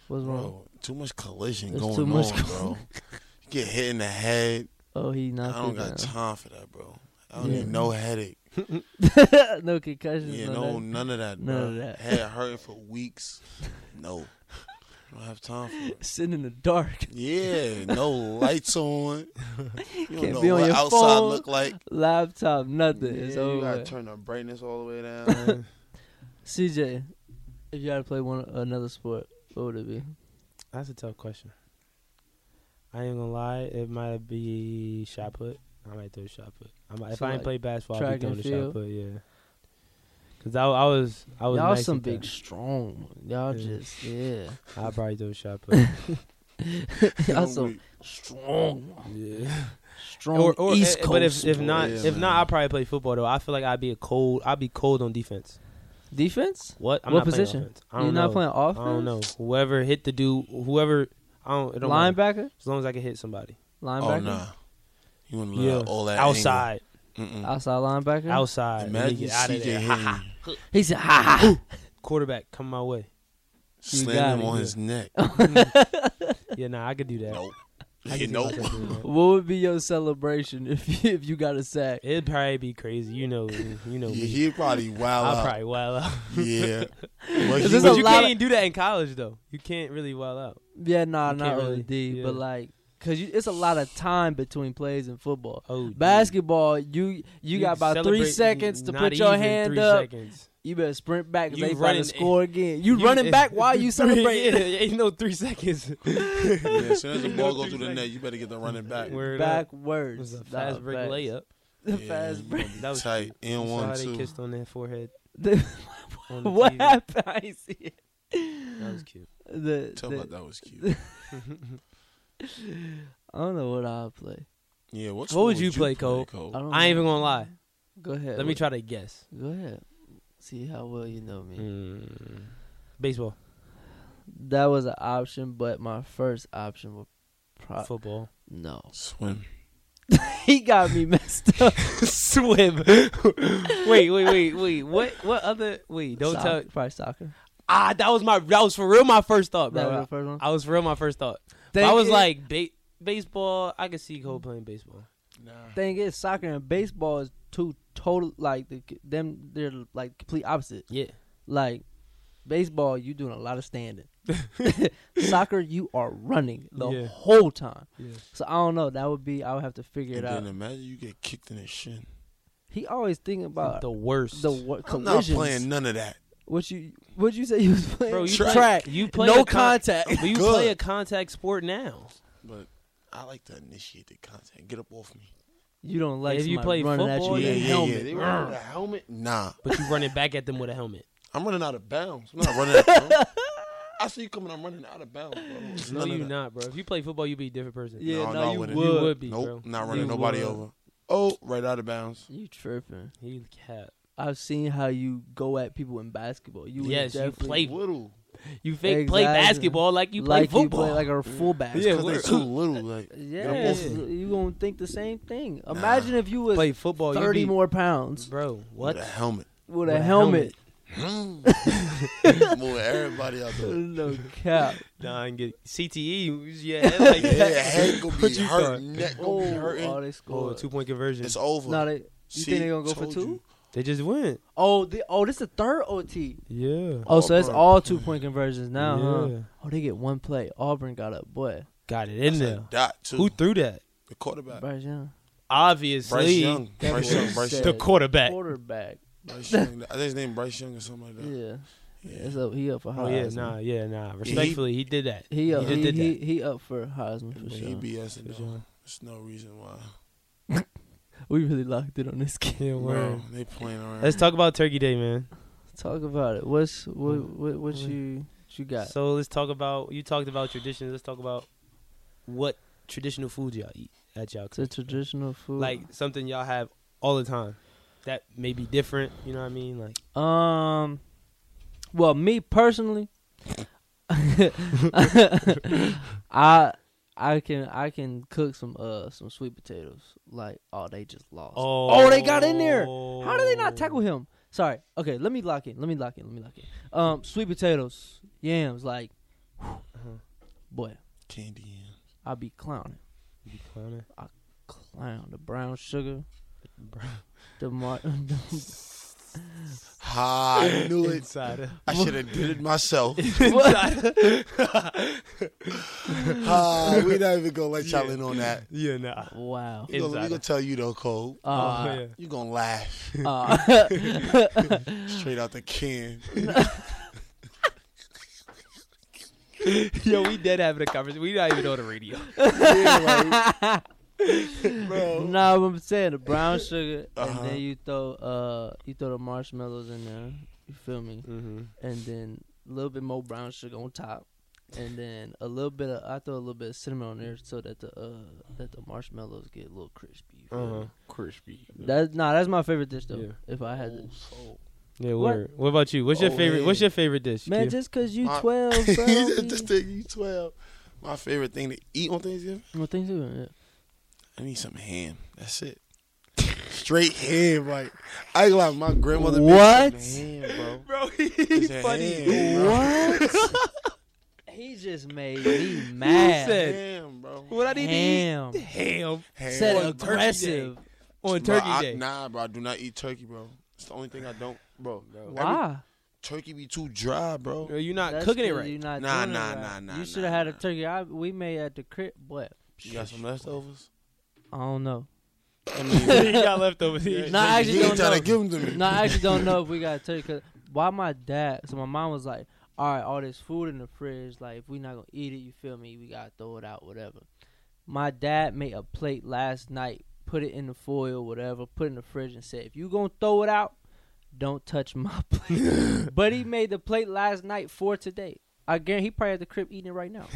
D: What's wrong?
F: bro. Too much collision
D: There's
F: going
D: too much
F: on, bro. You get hit in the head.
D: Oh, he
F: I
D: not.
F: don't
D: thinking
F: got
D: that.
F: time for that, bro. I don't
D: Yeah.
F: need no headache.
D: no concussions.
F: Yeah,
D: no,
F: no,
D: nothing.
F: none of that, bro.
D: none of that.
F: Head hurting for weeks. No, I don't have time for it.
D: Sitting in the dark,
F: Yeah, no lights on. You don't
D: Can't
F: know
D: be on
F: what
D: your
F: outside
D: phone.
F: look like.
D: laptop, nothing. it's
F: Yeah, you
D: over.
F: gotta
D: with.
F: turn the brightness all the way down.
D: CJ, if you had to play one another sport, what would it be?
E: That's a tough question. I ain't gonna lie, it might be shot put. I might throw shot put. I might, if
D: So,
E: I ain't
D: like,
E: play basketball, I'd
D: track
E: be throwing
D: and
E: the shot
D: field?
E: put. Yeah, because I, I was I was
D: Y'all
E: nice
D: some
E: at that.
D: big strong. Y'all
E: Yeah.
D: just yeah.
E: I probably throw shot put.
D: Y'all some strong,
E: yeah.
D: strong
E: Or, or
D: East
E: eh,
D: Coast.
E: but if if
D: sport.
E: not
F: Yeah,
E: if
F: man.
E: not, I probably play football though. I feel like I'd be a cold. I'd be cold on defense.
D: defense,
E: What? I'm
D: What
E: not playing
D: position?
E: offense. I don't
D: you
E: know.
D: not playing
E: I
D: offense.
E: don't know. Whoever hit the dude, whoever. I don't. It don't matter.
D: Linebacker,
E: As long as I can hit somebody
D: linebacker,
F: Oh nah. You want to
E: Yeah.
F: love all that angle.
E: outside,
F: Mm-mm.
D: outside linebacker.
E: outside. Let me
F: Imagine
E: get out
F: CJ
E: of there.
F: hitting,
D: He said, "Ha ha." ha."
E: Quarterback, come my way.
D: You got it,
F: slamming him on
E: yeah.
F: his neck.
E: Yeah, nah, I could do that.
F: nope.
E: I can
F: You
E: see
F: know?
E: myself doing that.
D: What would be your celebration if you, if you got a sack?
E: It'd probably be crazy. You know, you know
F: Yeah,
E: me.
F: he'd probably wow
E: I'll
F: out.
E: probably wild out.
F: Yeah. Well, he
D: Is this
F: was-
E: But
D: a
E: you
D: lot
E: can't
D: of-
E: do that in college though. You can't really wild out.
D: Yeah, nah,
E: You
D: not
E: can't
D: really
E: really-
D: D,
E: yeah.
D: but like, cause you, it's a lot of time between plays in football.
E: Oh, dude.
D: Basketball, you you, got about three
E: celebrate-
D: seconds to
E: not
D: put your
E: even
D: hand
E: three
D: up.
E: Seconds.
D: You better sprint back 'cause
E: You
D: they about to
E: running-
D: score again. You, running back while you
E: celebrate?
D: celebrating.
E: ain't no three seconds.
F: yeah, as soon as the
E: You know,
F: ball goes through the
E: three
F: net, you better get the running back.
E: Word up. It
D: Backwards.
E: was a
D: Nah,
E: fast break
D: facts.
E: layup.
D: The
F: Yeah,
D: fast
F: you
D: break.
F: gonna be
E: That was-
F: tight.
E: You
F: And
E: saw
F: one
E: how they
F: too.
E: kissed on that forehead. On the
D: what
E: TV.
D: happened? I didn't see it.
E: That was cute.
D: The,
F: Tell
D: the-
F: about that was cute.
D: I don't know what I'll play.
F: Yeah, what,
E: What would
F: sport
E: you play, Cole?
D: I don't.
E: Oh, I ain't
D: know.
E: even gonna lie.
D: Go ahead.
E: Let me try to guess.
D: Go ahead. See how well you know me.
E: Mm. Baseball,
D: That was an option, but my first option was pro-
E: football,
D: no.
F: Swim.
D: He got me messed up.
E: swim. wait, wait, wait, wait. What? What other? Wait, don't
D: Soc-
E: tell.
D: Probably soccer.
E: Ah, that was my. That was for real. My first thought,
D: That was
E: bro.
D: the first one.
E: I was for real. My first thought. But
D: Thing
E: I was
D: is-
E: like ba- baseball. I could see Cole playing baseball.
F: Nah.
D: thing is, soccer and baseball is two total like the, them. They're like complete opposite.
E: Yeah.
D: Like baseball, you doing a lot of standing. soccer, you are running the
E: Yeah.
D: whole time.
E: Yeah.
D: So I don't know. That would be. I would have to figure
F: And
D: it out.
F: then imagine you get kicked in the shin.
D: He always thinking about
E: the worst.
D: the what
F: I'm not
D: collisions.
F: playing none of that.
D: What you what you say you was playing?
E: Bro, you
F: Track.
E: play- You play
D: no
E: a con-
D: contact.
E: But you
F: Good.
E: play a contact sport now.
F: But I like to initiate the contact. Get up off me.
D: You don't like
E: If you
D: somebody
E: play
D: running
E: football,
D: at you
E: yeah,
D: with a Oh, helmet.
E: yeah,
F: They running with a helmet? Nah.
E: But you running back at them with a helmet.
F: I'm running out of bounds. I'm not running out of bounds. I see you coming. I'm running out of bounds. Bro. It's
E: No,
F: none of
E: you
F: that.
E: not, bro. If you play football, you be a different person.
D: Yeah,
F: No,
D: no,
F: no, I
D: you would.
F: wouldn't.
E: You would be,
F: Nope,
E: bro.
F: not running
E: You
F: nobody
E: would.
F: over. Oh, right out of bounds.
D: You tripping?
E: He cap.
D: I've seen how you go at people in basketball. You would
E: Yes, you
D: definitely-
E: play Hey.
F: Little.
E: You fake play
D: Exactly.
E: basketball like you play
D: like
E: football.
D: you play like a fullback.
E: Yeah,
F: Because they
E: we're-
F: too little. Like,
D: Yeah,
F: Get up off
E: me.
D: you gonna think the same thing. Imagine if you was
E: Play football. you
D: thirty
E: be-
D: more pounds
E: Bro, what?
F: With a helmet.
D: with,
E: With
D: a
E: a
D: helmet.
F: Move Mm. everybody out there.
D: no cap.
E: Nah, and get CTE. E, Yeah, like
F: Yeah, head gonna
E: What
F: be
E: you
F: hurt.
E: thought?
F: Neck gonna
D: Oh,
F: be hurting.
D: oh, they
E: Oh,
D: scored.
E: two point conversion.
F: It's over.
D: No, they. You
F: See,
D: think they gonna go for
F: told
D: two?
F: you.
E: They just went.
D: Oh, they, oh, this is the third OT.
E: Yeah.
D: Oh, so it's
F: Auburn.
D: all two point conversions now, huh?
E: Yeah.
D: Oh, they get one play. Auburn got up, boy.
E: Got it in
F: It's a
E: there.
F: dot too.
E: Who threw that?
F: the quarterback?
D: Bryce Young,
E: Obviously,
F: Bryce Young.
D: that
F: Bryce
D: boy
F: Young. Bryce
D: said-
F: Young.
E: the quarterback.
D: quarterback.
F: Bryce Young. I think his name Bryce Young or something like that.
D: Yeah,
F: Yeah.
D: it's up. He up for
E: Oh
D: Heisman.
E: yeah, nah, yeah, nah. Respectfully, he did that.
D: He up.
E: just
D: He,
E: did
D: he,
E: that.
D: he up for Heisman for
F: But
D: sure.
F: he BSing
E: For
F: though.
E: sure.
F: There's no reason why.
D: we really locked it on this game.
E: Yeah,
F: Bro, they playing around.
E: Let's talk about Turkey Day, man.
D: Talk about it. What's what what, what
E: Mm.
D: you what you got?
E: So let's talk about. You talked about traditions. Let's talk about what traditional food y'all eat at y'all.
D: It's a
E: crib.
D: traditional food.
E: like something y'all have all the time that may be different. You know what I mean? Like
D: um, well, me personally, I I can I can cook some uh some sweet potatoes. Like oh they just lost. Oh, they got in there. How did they
E: Oh.
D: not tackle him? Sorry. Okay, let me lock in. Let me lock in. Let me lock in. Um, sweet potatoes, yams, like,
E: Uh-huh.
D: boy,
F: Candy. in.
D: I be clowning.
E: You be clowning.
D: Clown the brown sugar,
E: Bro.
D: the mar- the-
F: Ha! Ah, I knew it.
E: Insider.
F: I should have did it myself.
E: Insider.
F: Ha! Ah, we not even gonna let y'all in on that.
E: yeah, nah.
D: wow.
F: We gonna, we
E: Insider.
F: gonna tell you though, Cole.
E: Oh,
D: Uh,
F: You gonna laugh
D: uh,
F: straight out the can.
E: yeah. Yo, we dead having a conversation. We not even on the radio.
F: Bro.
D: nah, what I'm saying the brown sugar, and
F: Uh-huh.
D: then you throw uh you throw the marshmallows in there. You feel me?
E: Mm-hmm.
D: and then a little bit more brown sugar on top, and then a little bit of I throw a little bit of cinnamon on there so that the uh that the marshmallows get a little crispy. you feel
E: Uh-huh.
D: me?
E: Crispy.
D: That nah, that's my favorite dish though.
E: Yeah.
D: If I had to,
E: Yeah,
D: What?
E: word. What about you? What's your
F: Oh,
E: favorite? What's
F: yeah.
E: your favorite dish?
D: man,
E: Q?
D: just cause you
F: My-
D: twelve,
F: He
D: bro.
F: said
D: don't
F: this
D: be-
F: thing, you twelve. My favorite thing to eat on Thanksgiving.
D: Well, thanks, yeah.
F: I need some ham. That's it. Straight ham, like I ain't like my grandmother. made
D: What?
F: some ham, bro?
E: bro,
F: It's
E: he's
F: a
E: funny.
F: ham, bro.
D: What? He just made me mad.
E: said-
F: Damn, bro.
E: What I need
D: Ham.
E: to eat? Ham
F: Ham.
D: Said
E: on turkey
D: aggressive.
E: on
F: Bro,
E: Turkey
F: I-
E: Day.
F: Nah, bro. I do not eat turkey, bro. It's the only thing I don't, bro. Every-
D: Why?
F: turkey be too dry, bro.
E: Bro, you not
D: That's
E: cooking it
D: 'cause
E: right.
D: You not
F: Nah,
D: doing it
F: nah,
D: right.
F: nah, nah,
D: You
F: nah,
D: should have had a
F: nah.
D: turkey I, we made at the crib, but
F: You got some leftovers?
D: I don't know.
F: I mean,
E: you got leftovers. here.
D: Nah, I actually
F: you
D: don't
F: ain't trying
D: know.
F: to give them to me.
D: No, I actually don't know if we got a turkey. Cause why my dad? So my mom was like, "All right, all this food in the fridge. Like, if we not gonna eat it, you feel me? We gotta throw it out, whatever." My dad made a plate last night, put it in the foil, whatever, put it in the fridge, and said, "If you gonna throw it out, don't touch my plate." but he made the plate last night for today. I guarantee he probably at the crib eating it right now.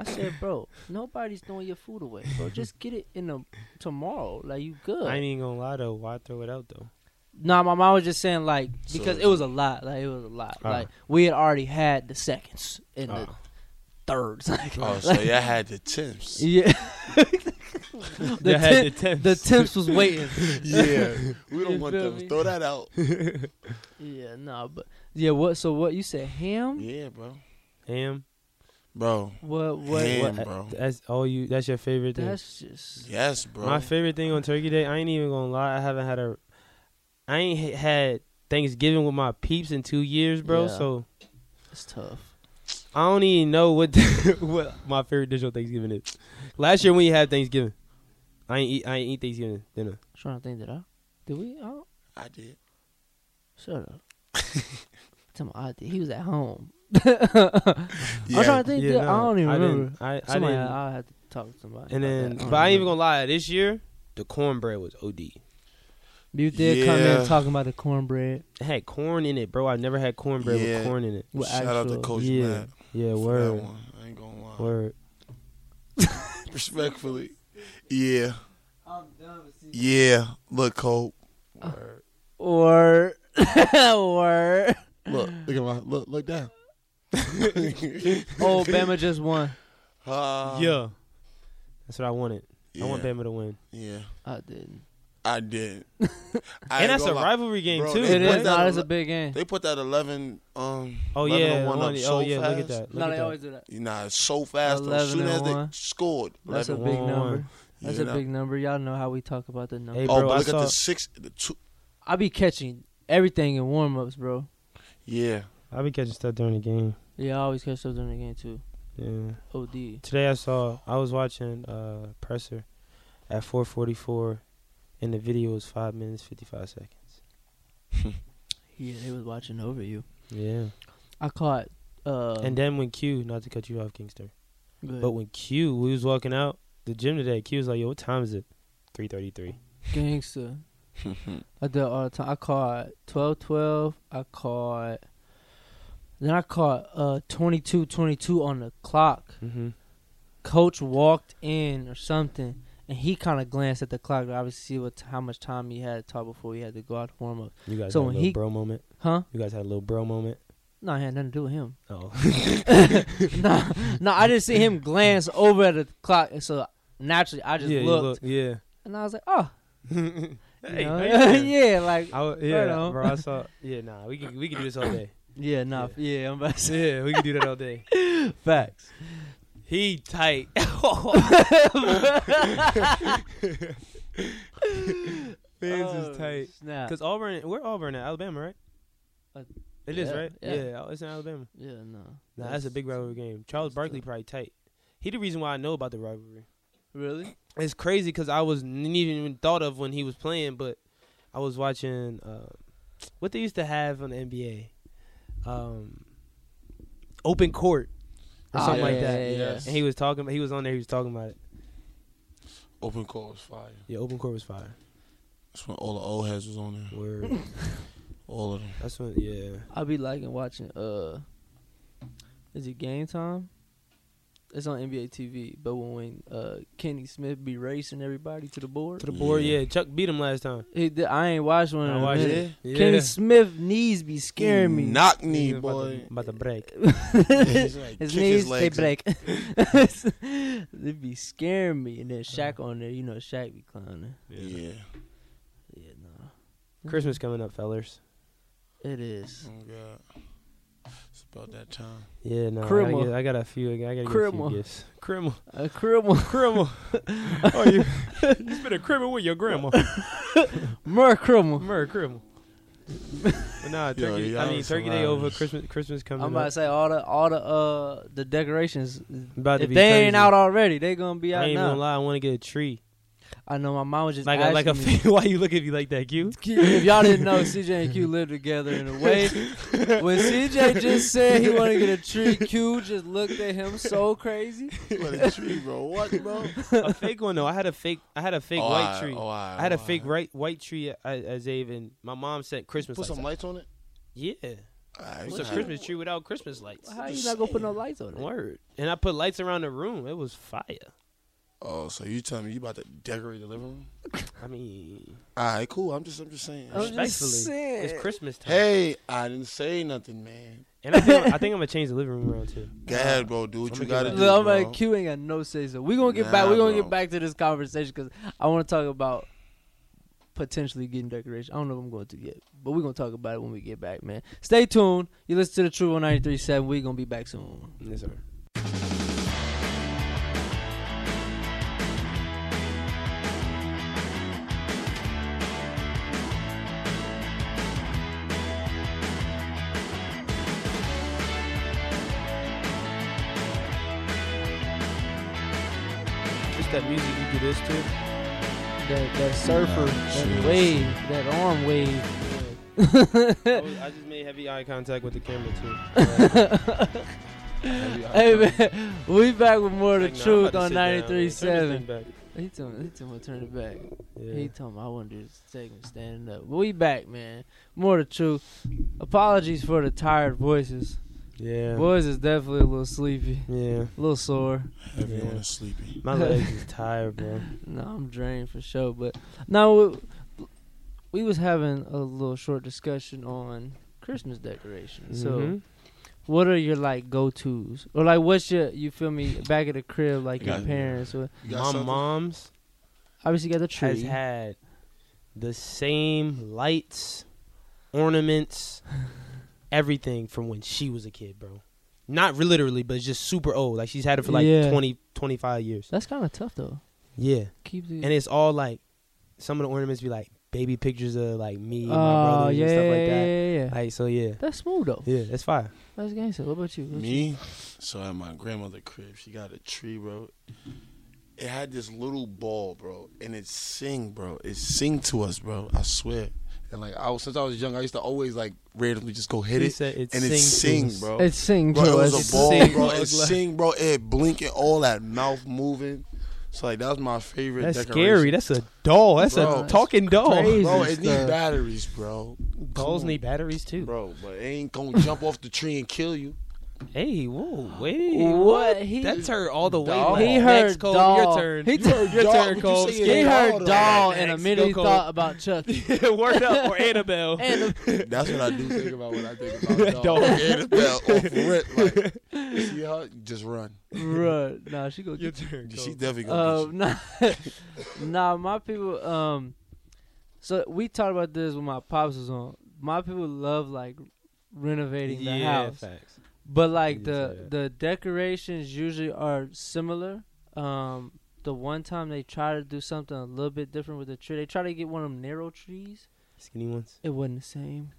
D: I said, bro, nobody's throwing your food away, bro. Just get it in the tomorrow. Like you good.
E: I ain't even gonna lie though. Why throw it out though?
D: Nah, my mom was just saying like because
F: So-
D: it was a lot. Like it was a lot.
E: Ah.
D: Like we had already had the seconds and the
E: Ah.
D: thirds. Like,
F: Oh, so
D: like-
F: y'all had the temps.
D: yeah. the,
E: They had
D: temp,
E: the temps.
D: the temps was waiting.
F: Yeah, we
D: You
F: don't want
D: feel
F: them.
D: me?
F: Throw that out.
D: yeah, nah, but yeah. What? So what? You said ham?
F: Yeah, bro.
E: Ham.
F: Bro,
D: What? What?
F: Ham.
D: what?
F: Damn, bro.
E: That's all you. That's your favorite thing.
D: That's just
F: yes, bro.
E: My favorite thing on Turkey Day. I ain't even gonna lie. I haven't had a. I ain't ha- had Thanksgiving with my peeps in two years, bro.
D: Yeah.
E: So
D: it's tough.
E: I don't even know what what my favorite dish on Thanksgiving is. Last year when you had Thanksgiving, I ain't eat. I ain't eat Thanksgiving dinner.
D: trying to think that I did we? Oh,
F: I did.
D: shut up. Tell me, I did. He was at home.
F: Yeah.
D: I'm trying to think. did- I
E: no,
D: don't even
E: I didn't-
D: remember.
E: I, I
D: Somebody,
E: didn't.
D: I'll have to talk to somebody.
E: and
D: about
E: then,
D: that. I don't
E: but I ain't even
D: remember.
E: gonna lie. This year, the cornbread was od. It
D: You did come in
F: Yeah.
D: talking about the cornbread.
E: had corn in it, bro. I've never had cornbread
F: Yeah.
E: with corn in it.
D: with
F: Shout out to
D: actual-
F: Coach
E: yeah,
F: Matt
E: yeah.
F: for that
E: Word,
F: one. I ain't gonna lie.
E: word.
F: Respectfully, yeah, yeah. Look, Cole.
D: Or or
F: Look, look at my look. Look down.
D: oh Bama just won.
F: Uh,
E: yeah, that's what I wanted.
F: yeah,
E: I want Bama to win,
F: Yeah,
D: I didn't.
F: I did. I ain't
E: and that's
F: gonna
E: a
F: lie.
E: rivalry game
F: Bro,
E: too.
F: they
D: It
F: put
D: is.
E: right?
F: that
D: Nah, that's
F: ele-
D: a big game.
F: They put that eleven. Um.
E: Oh
F: 11
E: yeah,
F: and one up
E: oh
F: so
E: yeah. Look
F: fast.
E: at that. Look
D: No,
E: at
D: they
E: that.
D: always do that.
F: Nah, it's so fast. though.
D: 11
F: As soon
D: and
F: as they
D: one.
F: scored,
D: That's a
F: 11
D: big
E: one.
D: number.
F: Yeah,
D: That's a
F: nah.
D: big number. Y'all know how we talk about the number.
E: Hey,
F: Oh,
E: bro,
F: but
E: I
F: look at
E: saw-
F: the six, the two.
D: I be catching everything in warm ups, bro.
F: Yeah,
E: I be catching stuff during the game.
D: Yeah, I always catch stuff during the game too.
E: Yeah.
D: OD.
E: Today I saw I was watching uh presser at 4:44, and the video was five minutes 55 seconds.
D: Yeah, they was watching over you.
E: Yeah.
D: I caught. Uh,
E: and then when Q, not to cut you off, Kingster,
D: good.
E: but when Q, we was walking out the gym today. Q was like, "Yo, what time is it?" 3:33.
D: Gangsta. I do it all the time. I caught twelve twelve. I caught. Then I caught uh twenty two twenty two on the clock.
E: Mm-hmm.
D: Coach walked in or something, and he kind of glanced at the clock to obviously see what t- how much time he had to talk before he had to go out to warm up.
E: You guys
D: So
E: had a
D: when
E: little
D: he-
E: bro moment.
D: Huh?
E: You guys had a little bro moment.
D: No, it had nothing to do with him.
E: Oh,
D: no, no, I just see him glance over at the clock, and so naturally I just
E: yeah, you
D: looked,
E: look- yeah.
D: and I was like, oh, you
E: Hey,
D: know?
E: how you doing?
D: yeah, like
E: I, wa- yeah,
D: on.
E: bro. I saw. Yeah, nah. We can we can do this all day.
D: yeah, nah, yeah, I'm about to say
E: yeah, we can do that all day.
D: facts.
E: He tight. Fans
D: Oh,
E: is tight.
D: Snap.
E: Cause Auburn, we're Auburn at Alabama, right?
D: Uh,
E: It is
D: yeah,
E: right.
D: yeah.
E: Yeah, it's in Alabama.
D: Yeah, no.
E: Nah, that's, a big rivalry game. Charles
D: that's
E: Barkley
D: tough.
E: probably tight. He the reason why I know about the rivalry.
D: Really?
E: It's crazy because I was n- even even thought of when he was playing, but I was watching uh, what they used to have on the NBA, um, open court or
D: Ah,
E: something like
D: yeah,
E: that.
D: yeah, yeah.
E: And he was talking. He was on there. He was talking about it.
F: open call was fire.
E: Yeah, open court was fire.
F: That's when all the old heads was on there.
E: Word.
F: All of them.
E: That's when. Yeah.
D: I be liking watching. Uh, is it game time? It's on NBA TV. But when, when uh Kenny Smith be racing everybody to the board,
E: To the board.
F: Yeah.
E: Yeah. Chuck beat him last time.
D: he did, I ain't watched one.
E: I
D: in a
E: watched
D: minute.
E: it. Yeah.
D: Kenny Smith knees be scaring me.
F: Knock
E: He
F: knee,
E: was About to,
F: boy.
E: about to break.
F: He's like,
D: His
F: kick
D: knees they
F: legs up.
D: break. they be scaring me. And then Shaq on there, you know Shaq be clowning.
F: Yeah.
D: Yeah, no,
E: Christmas coming up, fellers.
D: it is.
F: Oh God. It's about that time.
E: Yeah, no. I
D: Criminal.
E: gotta, get, I got a few. I gotta get
D: Criminal.
E: a few gifts. Criminal.
D: A criminal.
E: Criminal. oh, you, you been a criminal with your grandma.
D: Mer criminal.
E: Murder criminal. but nah,
F: Yo,
E: turkey.
F: y'all
E: I mean,
F: are
E: Turkey
F: some
E: Day over
F: liars.
E: Christmas. Christmas coming.
D: I'm about to
E: up.
D: say all the all the uh the decorations.
E: About to
D: If
E: be
D: they ain't
E: crazy.
D: out already, they gonna be
E: I
D: out
E: ain't
D: now.
E: gonna lie. I want to get a tree.
D: I know my mom was just
E: Like a,
D: asking
E: like a.
D: me,
E: Why you look at me like that, Q?
D: if y'all didn't know, CJ and Q lived together in a way. When CJ just said he wanted to get a tree, Q just looked at him so crazy.
F: What a tree, bro. What, bro?
E: a fake one though. I had a fake. I had a fake
F: Oh,
E: white
F: I-
E: tree.
F: oh,
E: I had a fake right, white tree at, at Zave, and my mom sent Christmas
F: Put
E: lights.
F: some
E: out.
F: lights on it.
E: Yeah,
F: Alright,
E: it was a
F: alright.
E: Christmas tree without Christmas lights.
D: How you not gonna put no lights on it?
E: Word. And I put lights around the room. It was fire.
F: Oh, so you telling me you about to decorate the living room?
E: I mean,
F: All right, cool. I'm just, I'm just saying.
D: I'm just
E: Respectfully,
D: saying.
E: it's Christmas time.
F: Hey, I didn't say nothing, man.
E: And I think, I think I'm gonna change the living room around too.
F: Go ahead, bro. Do what
E: I'ma
F: you
E: get
F: gotta
E: my-
F: do,
D: Look, I'm
F: bro.
D: like Q ain't got no say so. We gonna get
F: Nah,
D: back. We gonna get
F: bro.
D: back to this conversation because I want to talk about potentially getting decoration. I don't know if I'm going to yet, but we are gonna talk about it when we get back, man. Stay tuned. You listen to the True 193.7. We gonna be back soon.
E: Yes, sir. Just that music you do this to.
D: That that surfer, that
F: shit.
D: wave, that arm wave.
E: I, was- I just made heavy eye contact with the camera too. Heavy eye
D: Hey
E: contact.
D: man, we back with more of the
E: Like, nah, I'm
D: truth
E: about
D: on
E: to sit
D: 93.7.
E: down, man. Turn this thing back.
D: He told me, he told me to turn it back.
E: Yeah.
D: He told me I wanted to just take him standing up. But we back, man. More the truth. Apologies for the tired voices.
E: Yeah.
D: Boys is definitely a little sleepy,
E: Yeah.
D: a little sore.
F: Everyone
E: Yeah.
F: is sleepy.
E: My legs is tired, bro.
D: No, I'm drained for sure. But no, we, we was having a little short discussion on Christmas decorations. So,
E: Mhm.
D: what are your like go tos, or like what's your you feel me back at the crib like your
F: Got it.
D: parents? Or,
F: You got
E: my
F: something?
E: mom's
D: obviously, you got the
E: has
D: tree.
E: had the same lights, ornaments, everything from when she was a kid, bro. Not re- literally, but it's just super old. Like she's had it for like
D: Yeah.
E: twenty, twenty-five 20, 25 years.
D: That's kind of tough though.
E: Yeah.
D: Keep the
E: And it's all like some of the ornaments be like baby pictures of like me and my
D: Oh,
E: brothers
D: yeah,
E: and stuff like
D: yeah,
E: that.
D: yeah, yeah.
E: Like so yeah.
D: That's smooth though.
E: Yeah, that's fire.
D: That's gangster. What about you? What you-
F: Me, so at my grandmother's crib, she got a tree, bro. It had this little ball, bro, and it sing, bro. It sing to us, bro. I swear. And like I was, since I was young, I used to always like randomly just go hit
E: He
F: it,
E: said it
F: and it
E: sing to
F: sing,
E: us.
F: bro.
D: It sing
F: Bro,
D: to
F: it
D: us.
F: was a ball,
E: Sing,
F: bro.
E: bro.
F: It sing, bro. It blinking, all that mouth moving. So like that was my favorite.
E: That's
F: decoration.
E: scary. That's a doll. That's
F: Bro,
E: a
F: that's
E: talking doll.
D: crazy.
F: Bro,
D: Jesus,
F: it need
D: uh,
F: batteries, bro.
E: Dolls
F: Come
E: need batteries too.
F: on, bro. But it ain't gonna jump off the tree and kill you.
E: Hey, whoa, wait.
D: What? He-
E: That's her all the way.
F: Doll.
E: left.
D: He
E: Next,
D: heard
E: Cole,
D: doll.
E: Your turn.
D: He told-
E: your
F: Doll, would
E: turn,
F: you
E: Cole.
F: say
D: He
F: it?
D: heard
F: Dog,
D: doll
F: dog.
D: and
E: Next,
D: immediately
E: go, Cole.
D: thought about Chucky.
E: Word up or Annabelle.
D: And
F: That's what I do think about when I think about
E: Dog.
F: dog. Annabelle off rip. Oh, Like, see her? Just run.
D: bruh, nah, she go.
E: your
D: Get,
E: turn.
F: She
E: Cole.
F: definitely gonna
D: uh,
F: get
D: nah, nah, my people. Um, so we talked about this when my pops was on. My people love like renovating the
E: yeah,
D: house,
E: facts.
D: but like
E: You
D: the
E: said that.
D: the decorations usually are similar. Um, the one time they try to do something a little bit different with the tree, they try to get one of them narrow trees.
E: Skinny ones.
D: It wasn't the same.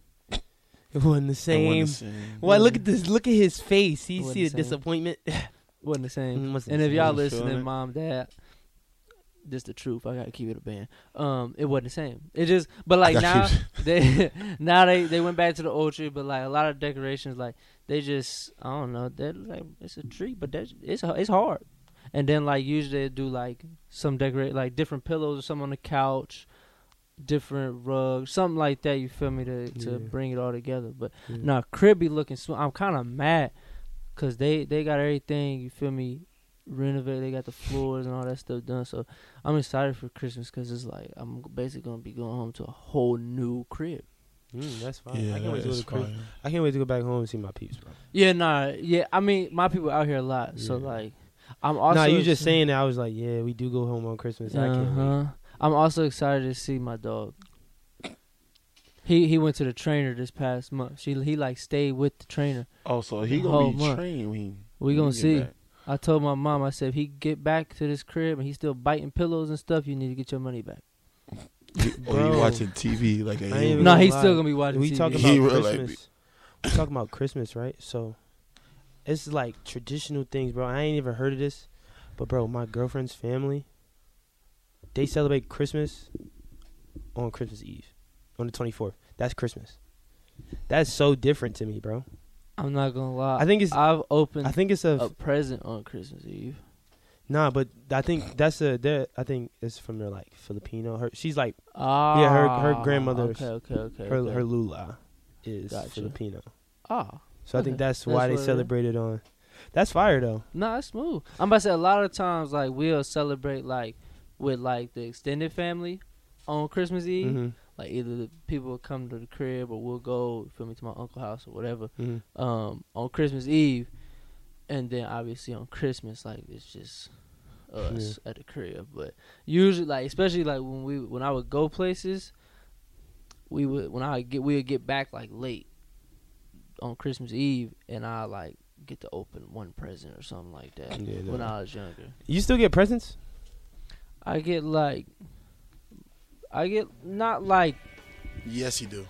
E: It wasn't the
F: you. I
E: same.
F: wanna sing.
E: Why look at this? Look at his face. He
D: It wasn't
E: see
D: the
E: the
D: same.
E: disappointment.
D: wasn't the same.
E: Mm, wasn't
D: and
E: the
D: if
E: same.
D: y'all
F: I'm feeling
D: listening,
F: it.
D: mom, dad, this the truth. I gotta keep it a band. Um, it wasn't the same. It just, but like
F: I
D: now,
F: got you.
D: they now they they went back to the old tree, but like a lot of decorations, like they just I don't know. They like it's a tree, but that's it's it's hard. And then like usually they do like some decorate like different pillows or something on the couch, different rugs, something like that. You feel me to to
E: Yeah.
D: bring it all together, but.
E: Yeah.
D: Now crib be looking smooth. I'm kind of mad because they they got everything. You feel me? Renovated. They got the floors and all that stuff done. So I'm excited for Christmas because it's like I'm basically gonna be going home to a whole new crib.
E: Mm, that's fine.
F: Yeah,
E: I can't wait
F: that
E: to go
F: is
E: to Christmas.
F: fire.
E: I can't wait to go back home and see my peeps, bro.
D: Yeah, nah, yeah. I mean, my people out here a lot, so
E: Yeah.
D: like I'm also.
E: nah, you just saying that. I was like, yeah, we do go Uh-huh. home on Christmas. I can't wait.
D: Uh-huh. I'm also excited to see my dog. He he went to the trainer this past month. She he like stayed with the trainer.
F: Oh, so he
D: The
F: gonna
D: whole
F: be
D: month.
F: trained. When
D: We
F: when
D: gonna
F: he get
D: see.
F: back.
D: I told my mom, I said, if he get back to this crib and he's still biting pillows and stuff, you need to get your money back.
F: Or
E: Bro.
F: he watching TV like a
E: I ain't
F: human.
E: even
D: No,
E: gonna
D: he's
E: lie.
D: still gonna be watching
E: We
D: TV.
E: talking
F: He
E: about
F: real, like,
E: Christmas. we talking about Christmas, right? So it's like traditional things, bro. I ain't even heard of this, but bro, my girlfriend's family they celebrate Christmas on Christmas Eve, on the twenty fourth. That's Christmas. That's so different to me, bro.
D: I'm not gonna lie.
E: I think it's-
D: I've opened
E: I think it's a
D: a present on Christmas Eve.
E: nah, but I think that's a. they're- I think it's from their like Filipino. Her she's like
D: Ah,
E: her- her grandmother's-
D: Okay, okay, okay.
E: her
D: okay.
E: her lula is
D: Gotcha.
E: Filipino.
D: ah,
E: So I think
D: Okay.
E: that's
D: That's
E: why
D: what
E: they
D: it is.
E: celebrate it on. That's fire though.
D: No, it's smooth. I'm about to say a lot of times like we'll celebrate like with like the extended family on Christmas Eve.
E: Mhm.
D: Like either the people will come to the crib or we'll go feel me to my uncle's house or whatever.
E: Mhm.
D: Um, on Christmas Eve, and then obviously on Christmas like it's just us at the crib. But usually like especially like when we when I would go places, we would when I would get we would get back like late on Christmas Eve, and I like get to open one present or something like that
E: Yeah,
D: when
E: nah.
D: I was younger.
E: You still get presents?
D: I get like, I get not like
F: Yes, he do.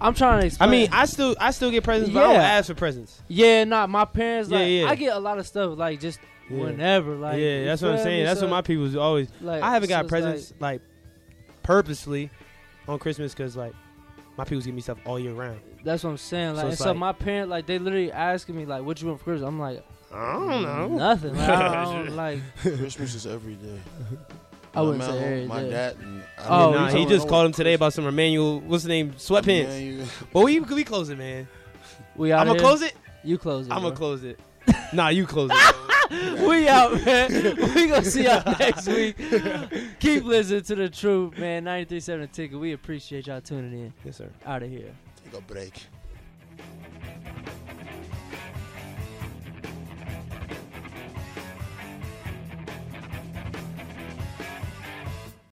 D: I'm trying to
E: I
D: explain.
E: mean, I still I still get presents, but I don't
D: Yeah.
E: ask for presents.
D: yeah, not my parents.
E: Yeah,
D: Like,
E: yeah.
D: I get a lot of stuff like just
E: Yeah.
D: whenever. Like,
E: yeah,
D: you
E: that's what I'm
D: feel
E: saying.
D: me?
E: That's
D: So,
E: what my people's always.
D: Like,
E: I haven't
D: so
E: got
D: it's
E: presents like, purposely on Christmas because like my people's give me stuff all year round.
D: like- that's what I'm saying.
E: So
D: Like, and
E: it's
D: so
E: like-
D: my parents like they literally asking me like, "What you want for Christmas?" I'm like,
E: I don't know.
D: nothing. Like, I don't, like
F: Christmas is every day.
D: I
F: My
D: wouldn't
F: man-
D: say every
F: my
D: day.
F: dad. And, I
D: Oh,
E: nah,
D: you
E: he
D: talking
E: just called him today about some Emmanuel. What's the name? Sweatpants. But we we close it, man.
D: we out.
E: I'm gonna close it.
D: You close it.
E: I'm gonna
D: bro.
E: close it. nah, you close it.
D: we out, man. We gonna see y'all next week. Keep listening to the truth, man. 93.7 ticket. We appreciate y'all tuning in.
E: yes, sir.
D: Out of here.
F: Take a break.